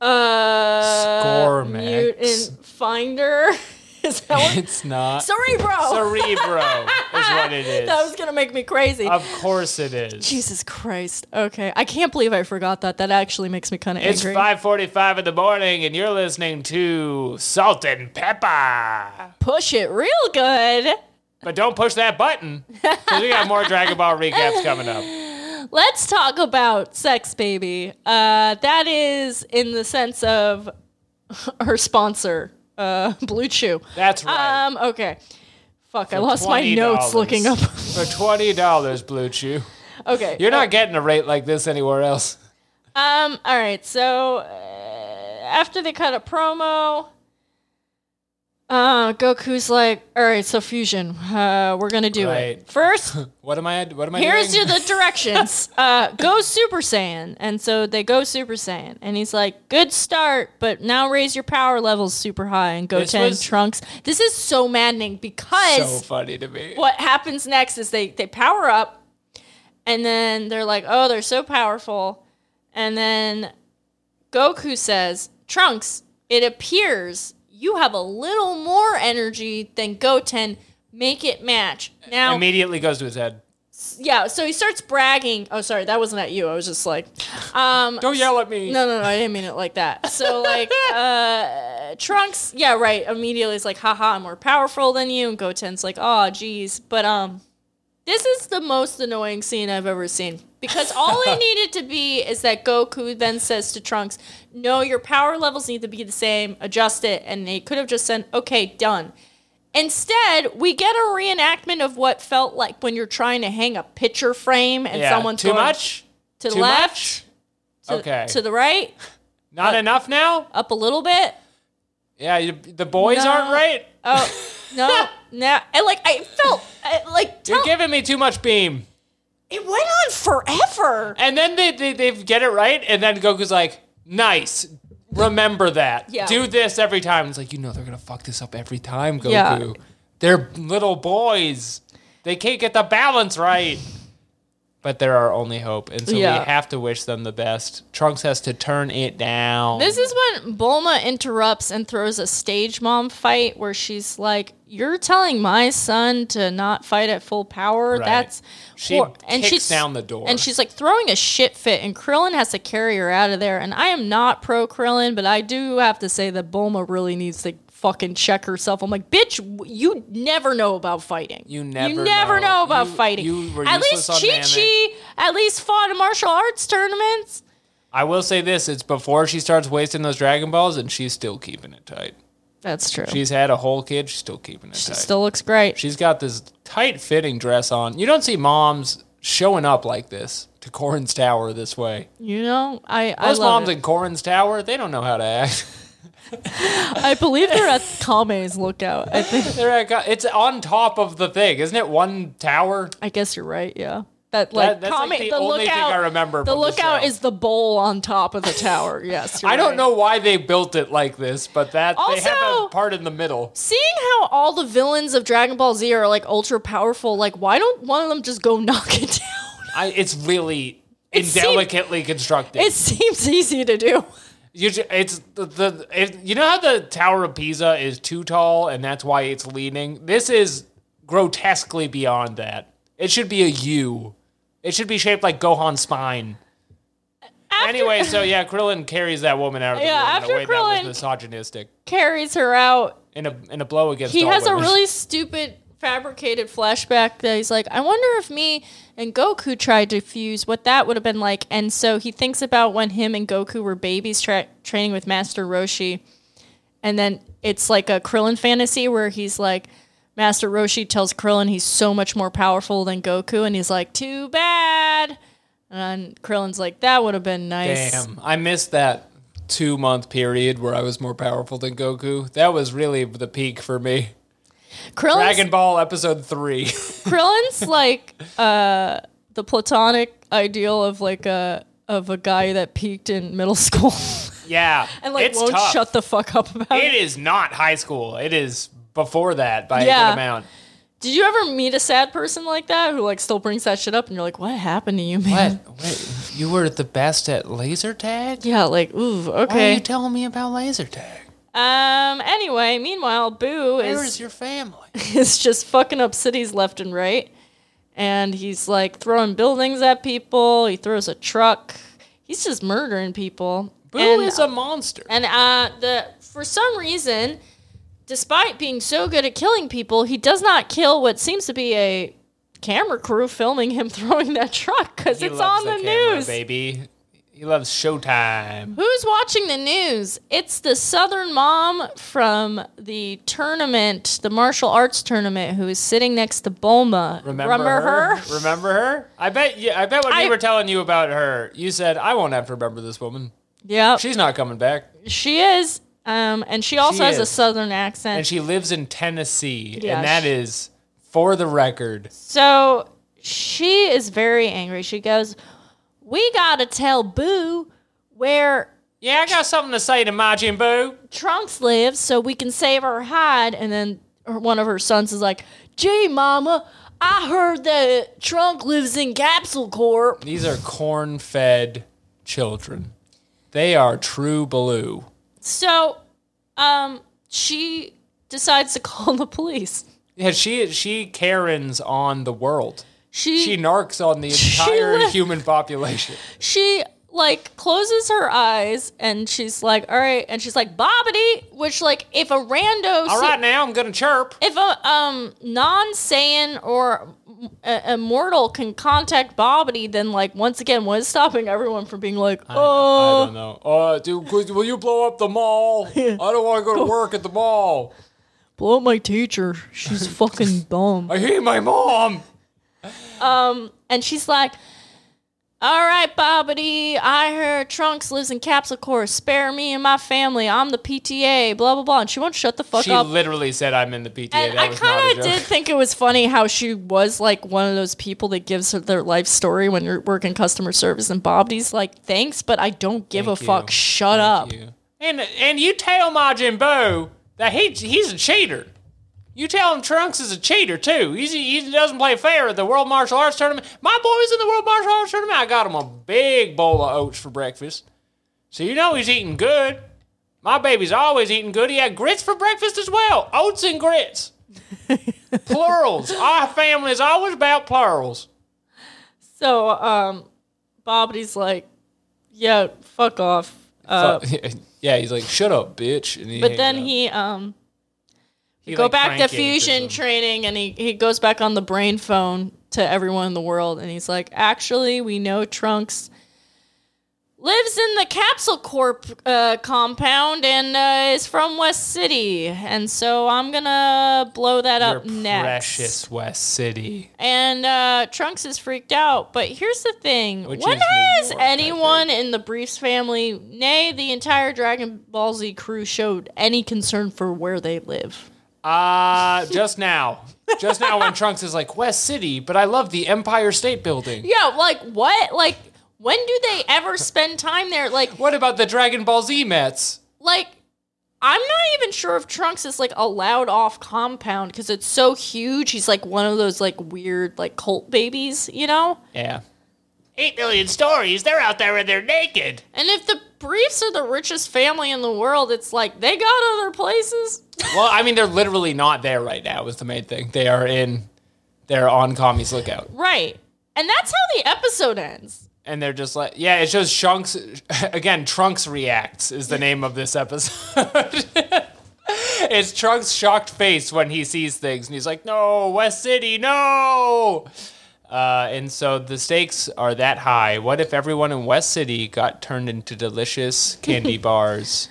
Speaker 3: Uh,
Speaker 2: Scormax.
Speaker 3: Mutant Finder. Is that what?
Speaker 2: It's not.
Speaker 3: Cerebro.
Speaker 2: Cerebro is what it is.
Speaker 3: that was gonna make me crazy.
Speaker 2: of course it is.
Speaker 3: Jesus Christ. Okay, I can't believe I forgot that. That actually makes me kind of
Speaker 2: It's
Speaker 3: angry.
Speaker 2: 5:45 in the morning, and you're listening to Salt and Pepper.
Speaker 3: Push it real good.
Speaker 2: But don't push that button because we got more Dragon Ball recaps coming up.
Speaker 3: Let's talk about sex, baby. Uh, that is in the sense of her sponsor, uh, Blue Chew.
Speaker 2: That's right.
Speaker 3: Um. Okay. Fuck. I lost my
Speaker 2: $20.
Speaker 3: notes looking up.
Speaker 2: For twenty dollars, Blue Chew,
Speaker 3: okay.
Speaker 2: you're not getting a rate like this anywhere else.
Speaker 3: Um. All right. So uh, after they cut a promo, uh, Goku's like, "All right, so fusion. Uh, we're gonna do
Speaker 2: Right.
Speaker 3: it first.
Speaker 2: What am I? What am I
Speaker 3: Here's
Speaker 2: doing?
Speaker 3: your the directions. Uh, go Super Saiyan." And so they go Super Saiyan, and he's like, "Good start, but now raise your power levels super high." And
Speaker 2: This
Speaker 3: Goten
Speaker 2: was-
Speaker 3: Trunks. This is so maddening because
Speaker 2: so funny to me.
Speaker 3: what happens next is they they power up and then they're like oh they're so powerful and then goku says trunks it appears you have a little more energy than goten make it match now
Speaker 2: Immediately goes to his head.
Speaker 3: yeah so he starts bragging oh sorry that wasn't at you i was just like um
Speaker 2: Don't yell at me.
Speaker 3: no, no, no, I didn't mean it like that. So, like, uh, Trunks, yeah, right, immediately is like, haha, I'm more powerful than you. And Goten's like, oh, geez. But, um, this is the most annoying scene I've ever seen. Because all it needed to be is that Goku then says to Trunks, no, your power levels need to be the same, adjust it. And they could have just said, okay, done. Instead, we get a reenactment of what felt like when you're trying to hang a picture frame and
Speaker 2: yeah.
Speaker 3: someone's
Speaker 2: too
Speaker 3: going,
Speaker 2: much.
Speaker 3: to the
Speaker 2: Too
Speaker 3: left, to,
Speaker 2: Okay.
Speaker 3: to the right,
Speaker 2: Not enough now?
Speaker 3: up a little bit.
Speaker 2: Yeah, you, the boys
Speaker 3: No.
Speaker 2: aren't right.
Speaker 3: Oh no, no! And like I felt I, like tell,
Speaker 2: You're giving me too much beam.
Speaker 3: it went on forever.
Speaker 2: And then they, they, they get it right, and then Goku's like, nice. Remember that.
Speaker 3: Yeah.
Speaker 2: Do this every time. It's like, you know, they're going to fuck this up every time, Goku.
Speaker 3: Yeah.
Speaker 2: They're little boys. They can't get the balance right. But they're our only hope. And so
Speaker 3: Yeah.
Speaker 2: we have to wish them the best. Trunks has to turn it down.
Speaker 3: This is when Bulma interrupts and throws a stage mom fight where she's like, "You're telling my son to not fight at full power.
Speaker 2: Right.
Speaker 3: That's
Speaker 2: She kicks down the door.
Speaker 3: and she's like throwing a shit fit, and Krillin has to carry her out of there. And I am not pro Krillin, but I do have to say that Bulma really needs to fucking check herself. I'm like, bitch, w- you never know about fighting.
Speaker 2: You never
Speaker 3: never
Speaker 2: know.
Speaker 3: know, about
Speaker 2: You-
Speaker 3: fighting.
Speaker 2: you were
Speaker 3: at
Speaker 2: useless
Speaker 3: least
Speaker 2: on
Speaker 3: Chi Chi at least fought in martial arts tournaments.
Speaker 2: I will say this it's before she starts wasting those Dragon Balls, and she's still keeping it tight.
Speaker 3: That's true.
Speaker 2: She's had a whole kid, she's still keeping it
Speaker 3: she
Speaker 2: tight.
Speaker 3: still looks great.
Speaker 2: She's got this tight fitting dress on. You don't see moms showing up like this to Corin's Tower this way.
Speaker 3: You know, I I
Speaker 2: Most
Speaker 3: love
Speaker 2: moms
Speaker 3: it.
Speaker 2: in Corin's Tower, they don't know how to act.
Speaker 3: I believe they're at Kame's lookout. I think.
Speaker 2: They're like, it's on top of the thing, isn't it? One tower.
Speaker 3: I guess you're right. Yeah. That like
Speaker 2: that's,
Speaker 3: Kame,
Speaker 2: like,
Speaker 3: the,
Speaker 2: the only thing
Speaker 3: lookout.
Speaker 2: I remember
Speaker 3: The
Speaker 2: from the
Speaker 3: lookout
Speaker 2: show.
Speaker 3: is the bowl on top of the tower. Yes. you're
Speaker 2: I don't
Speaker 3: right.
Speaker 2: know why they built it like this, but that they have a
Speaker 3: Also-
Speaker 2: part in the middle.
Speaker 3: Seeing how all the villains of Dragon Ball Z are like ultra powerful, like why don't one of them just go knock it down?
Speaker 2: I, it's really
Speaker 3: It seemed-
Speaker 2: indelicately constructed.
Speaker 3: It seems easy to do.
Speaker 2: You ju- it's the, the it, you know how the Tower of Pisa is too tall and that's why it's leaning. This is grotesquely beyond that. It should be a U. It should be shaped like Gohan's spine. anyway, so yeah, Krillin carries that woman out of the
Speaker 3: Yeah,
Speaker 2: room in
Speaker 3: after
Speaker 2: a way that
Speaker 3: Krillin-
Speaker 2: was misogynistic.
Speaker 3: Carries her out.
Speaker 2: In a in a blow against
Speaker 3: He
Speaker 2: all
Speaker 3: has a
Speaker 2: women.
Speaker 3: really stupid fabricated flashback that he's like, I wonder if me and Goku tried to fuse, what that would have been like. And so he thinks about when him and Goku were babies tra- training with Master Roshi. And then it's like a Krillin fantasy where he's like, Master Roshi tells Krillin he's so much more powerful than Goku. And he's like, too bad. And Krillin's like, that would have been nice.
Speaker 2: Damn, I missed that two month period where I was more powerful than Goku. That was really the peak for me.
Speaker 3: Krillin's,
Speaker 2: Dragon Ball episode three.
Speaker 3: Krillin's like uh, the platonic ideal of like a of a guy that peaked in middle school
Speaker 2: yeah,
Speaker 3: and like
Speaker 2: it's
Speaker 3: won't
Speaker 2: tough.
Speaker 3: shut the fuck up about
Speaker 2: It
Speaker 3: it.
Speaker 2: is not high school. It is before that by a
Speaker 3: Yeah.
Speaker 2: good amount.
Speaker 3: Did you ever meet a sad person like that who like still brings that shit up and you're like, what happened to you, man?
Speaker 2: What? Wait, you were the best at laser tag?
Speaker 3: Yeah, like ooh, okay.
Speaker 2: telling me about laser tag?
Speaker 3: um. Anyway, meanwhile, Boo is
Speaker 2: your family?
Speaker 3: is just fucking up cities left and right, and he's like throwing buildings at people. He throws a truck. He's just murdering people.
Speaker 2: Boo
Speaker 3: And-
Speaker 2: is a monster.
Speaker 3: And uh, the for some reason, despite being so good at killing people, he does not kill what seems to be a camera crew filming him throwing that truck because
Speaker 2: He
Speaker 3: it's on
Speaker 2: loves
Speaker 3: the,
Speaker 2: camera,
Speaker 3: news.
Speaker 2: baby. He loves Showtime.
Speaker 3: Who's watching the news? It's the Southern mom from the tournament, the martial arts tournament, who is sitting next to Bulma.
Speaker 2: Remember, her? Remember her? I bet. Yeah, I bet when we
Speaker 3: I-
Speaker 2: were telling you about her, you said, "I won't have to remember this woman.
Speaker 3: Yeah,
Speaker 2: She's not coming back."
Speaker 3: she is. Um, and she also
Speaker 2: She
Speaker 3: has a
Speaker 2: is.
Speaker 3: Southern accent.
Speaker 2: And she lives in Tennessee,
Speaker 3: Yeah,
Speaker 2: and that
Speaker 3: she-
Speaker 2: is, for the record,
Speaker 3: So she is very angry. She goes, We gotta tell Boo where
Speaker 2: yeah, I got something to say to Majin Boo.
Speaker 3: Trunks lives so we can save her hide. And then her, one of her sons is like, Gee, Mama, I heard that Trunk lives in Capsule Corp.
Speaker 2: These are corn fed children. They are true blue.
Speaker 3: So um, she decides to call the police.
Speaker 2: Yeah, she she Karen's on the world.
Speaker 3: She,
Speaker 2: She narcs on the
Speaker 3: She
Speaker 2: entire
Speaker 3: li-
Speaker 2: human population.
Speaker 3: she like closes her eyes and she's like, all right, and she's like, Bobbity, which like if a rando
Speaker 2: All
Speaker 3: see-
Speaker 2: right, now I'm gonna chirp.
Speaker 3: if a um non Saiyan or a, a mortal can contact Bobbity, then like once again, what is stopping everyone from being like,
Speaker 2: I
Speaker 3: oh,
Speaker 2: don't know. Uh, dude, could- will you blow up the mall? I don't want to go to work at the mall.
Speaker 3: blow up my teacher, she's fucking dumb,
Speaker 2: I hate my mom.
Speaker 3: and she's like, All right, Bobbity, I heard Trunks lives in Capsule Core. Spare me and my family. I'm the PTA, blah, blah, blah. And she won't shut the fuck
Speaker 2: She
Speaker 3: up.
Speaker 2: literally said, "I'm in the PTA." that
Speaker 3: and I
Speaker 2: was not a
Speaker 3: kind of
Speaker 2: joke.
Speaker 3: did think it was funny how she was like one of those people that gives her their life story when you're working customer service. And Bobby's like, thanks, but I don't give
Speaker 2: Thank
Speaker 3: a
Speaker 2: you.
Speaker 3: fuck. Shut up.
Speaker 2: you. And and you tell Majin Buu that he he's a cheater. You tell him Trunks is a cheater too. He's, he doesn't play fair at the World Martial Arts Tournament. My boy's in the World Martial Arts Tournament. I got him a big bowl of oats for breakfast. So you know he's eating good. My baby's always eating good. He had grits for breakfast as well. Oats and grits. plurals. Our family is always about plurals.
Speaker 3: So, um, Bobby's like, yeah, fuck off. Uh,
Speaker 2: yeah, he's like, shut up, bitch. And he
Speaker 3: but
Speaker 2: hangs
Speaker 3: then
Speaker 2: up.
Speaker 3: he, um,
Speaker 2: He,
Speaker 3: go
Speaker 2: like,
Speaker 3: back to
Speaker 2: crank yanks or
Speaker 3: fusion
Speaker 2: something.
Speaker 3: training and he, he goes back on the brain phone to everyone in the world and he's like actually we know trunks lives in the capsule corp uh, compound and uh, is from west city and so i'm gonna blow that up
Speaker 2: Your
Speaker 3: next
Speaker 2: Precious West City.
Speaker 3: and uh, trunks is freaked out but here's the thing
Speaker 2: Which
Speaker 3: when
Speaker 2: is New
Speaker 3: has
Speaker 2: York, I
Speaker 3: anyone in the briefs family nay the entire dragon ball z crew showed any concern for where they live
Speaker 2: Uh, just now. Just now when Trunks is like, West City, but I love the Empire State Building.
Speaker 3: Yeah, like what? Like when do they ever spend time there? Like
Speaker 2: What about the Dragon Ball Z Mets?
Speaker 3: like I'm not even sure if Trunks is like allowed off compound because it's so huge. He's like one of those like weird like cult babies, you know?
Speaker 2: Yeah.
Speaker 5: Eight million stories. They're out there and they're naked.
Speaker 3: And if the Briefs are the richest family in the world, it's like they got other places.
Speaker 2: Well, I mean, they're literally not there right now, is the main thing. They are in, they're on Kami's lookout.
Speaker 3: Right. And that's how the episode ends.
Speaker 2: And they're just like, yeah, it shows Trunks, again, Trunks Reacts is the name of this episode. it's Trunks' shocked face when he sees things. And he's like, no, West City, no. Uh, and so the stakes are that high. What if everyone in West City got turned into delicious candy bars?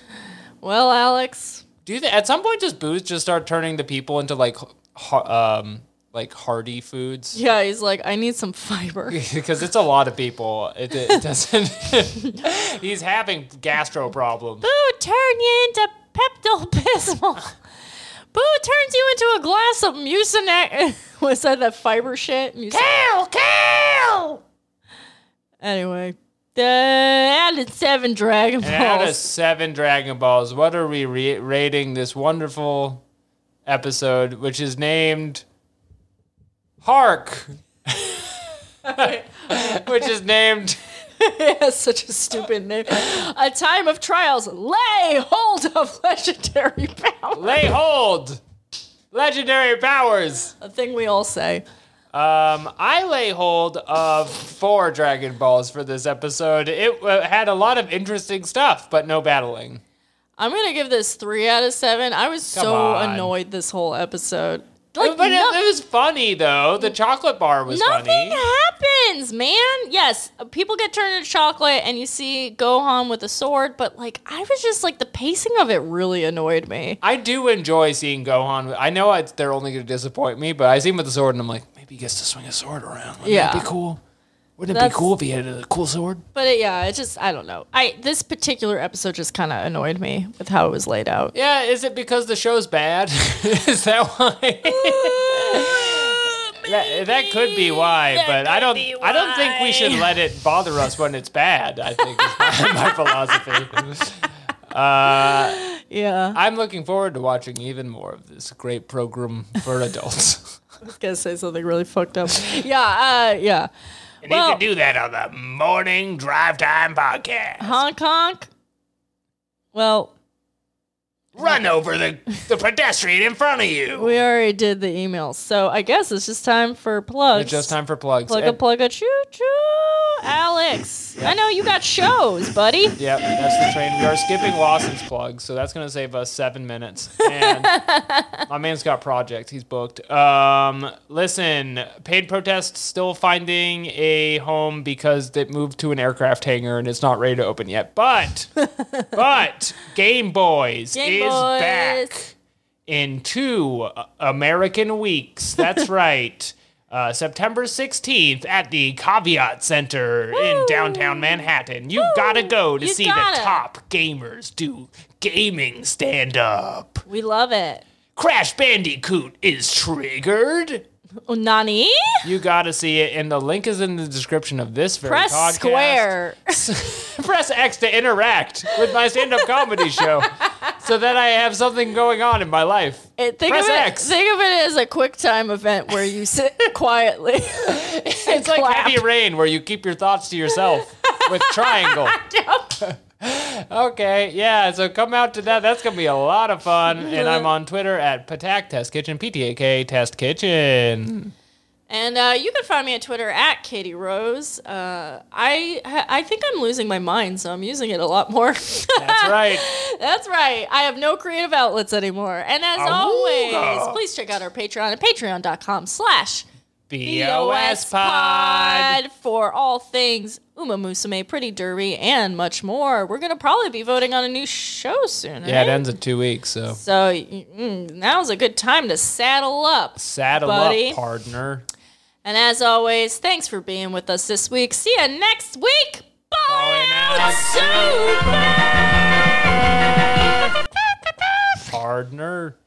Speaker 3: Well, Alex,
Speaker 2: Do they, at some point, does Booze just start turning the people into like, ha- um, like hearty foods?
Speaker 3: yeah, he's like, I need some fiber.
Speaker 2: because it's a lot of people. It, it doesn't. he's having gastro problems.
Speaker 3: Boo turn you into Pepto Bismol. Boo turns you into a glass of mucinex. What's that? That fiber shit. Mucinex.
Speaker 2: Kill, kill.
Speaker 3: Anyway, the added seven Dragon Balls.
Speaker 2: And out of seven Dragon Balls, what are we re- rating this wonderful episode, which is named Hark, which is named
Speaker 3: It has such a stupid name. A time of trials. Lay hold of legendary power.
Speaker 2: Lay Hold, Legendary Powers.
Speaker 3: A thing we all say.
Speaker 2: Um, I lay hold of four Dragon Balls for this episode. It uh, had a lot of interesting stuff, but no battling.
Speaker 3: I'm gonna give this three out of seven. I was
Speaker 2: Come
Speaker 3: so
Speaker 2: on.
Speaker 3: annoyed this whole episode. Like,
Speaker 2: but it,
Speaker 3: no-
Speaker 2: it was funny though. The chocolate bar was
Speaker 3: Nothing
Speaker 2: funny.
Speaker 3: happens, man. Yes, people get turned into chocolate, and you see Gohan with a sword. But like, I was just like the pacing of it really annoyed me.
Speaker 2: I do enjoy seeing Gohan. I know it's, they're only going to disappoint me, but I see him with the sword, and I'm like, maybe he gets to swing a sword around. Wouldn't
Speaker 3: Yeah.
Speaker 2: that be cool? Wouldn't it
Speaker 3: That's-
Speaker 2: be cool if he had a cool sword?
Speaker 3: But it, yeah, it just I don't know. I this particular episode just kind of annoyed me with how it was laid out.
Speaker 2: Yeah, is it because the show's bad? is that why? that, that could be why, but I don't. I don't think we should let it bother us when it's bad. I think is my, my philosophy.
Speaker 3: Yeah,
Speaker 2: I'm looking forward to watching even more of this great program for adults.
Speaker 3: I was gonna say something really fucked up. Yeah, uh, yeah.
Speaker 5: And
Speaker 3: Well-
Speaker 5: you can do that on the morning drive time podcast.
Speaker 3: Honk honk. Well,
Speaker 5: Run over the, the pedestrian in front of you.
Speaker 3: we already did the emails, so I guess it's just time for plugs.
Speaker 2: it's just time for plugs.
Speaker 3: Plug a
Speaker 2: And-
Speaker 3: plug a choo choo. Alex, I know you got shows, buddy.
Speaker 2: Yep, that's the train. We are skipping Lawson's plug, so that's going to save us seven minutes. And my man's got projects; he's booked. Um, listen, paid protest still finding a home because it moved to an aircraft hangar and it's not ready to open yet. But, but Game Boys is
Speaker 3: Game Boys.
Speaker 2: back in two uh, American weeks. That's right. uh, September 16th at the Caveat Center in
Speaker 3: Woo!
Speaker 2: downtown Manhattan. You gotta go to
Speaker 3: You
Speaker 2: see
Speaker 3: gotta.
Speaker 2: the top gamers do gaming stand up.
Speaker 3: We love it.
Speaker 2: Crash Bandicoot is triggered.
Speaker 3: Oh, Nani?
Speaker 2: You gotta see it, and the link is in the description of this very
Speaker 3: Press
Speaker 2: podcast.
Speaker 3: square.
Speaker 2: Press X to interact with my stand-up comedy show, so that I have something going on in my life.
Speaker 3: It- think
Speaker 2: Press
Speaker 3: of it,
Speaker 2: X.
Speaker 3: Think of it as a quick time event where you sit quietly.
Speaker 2: It's like
Speaker 3: clap.
Speaker 2: heavy rain, where you keep your thoughts to yourself with triangle. Okay, yeah, so come out to that. That's going to be a lot of fun. And I'm on Twitter at Patak Test Kitchen, PTAK Test Kitchen.
Speaker 3: and uh, you can find me on Twitter at Katie Rose. Uh, I I think I'm losing my mind, so I'm using it a lot more.
Speaker 2: That's right.
Speaker 3: That's right. I have no creative outlets anymore. And as always, please check out our Patreon at patreon.com slash
Speaker 2: BOS Pod.
Speaker 3: for all things Uma Musume, Pretty Derby, and much more. We're going to probably be voting on a new show soon, right?
Speaker 2: Yeah, it ends in two weeks, so
Speaker 3: So mm, now's a good time to saddle up.
Speaker 2: saddle
Speaker 3: Buddy.
Speaker 2: up, partner.
Speaker 3: And as always, thanks for being with us this week. See you next week. Bye
Speaker 2: Bye now.
Speaker 3: out, Super!
Speaker 2: Partner.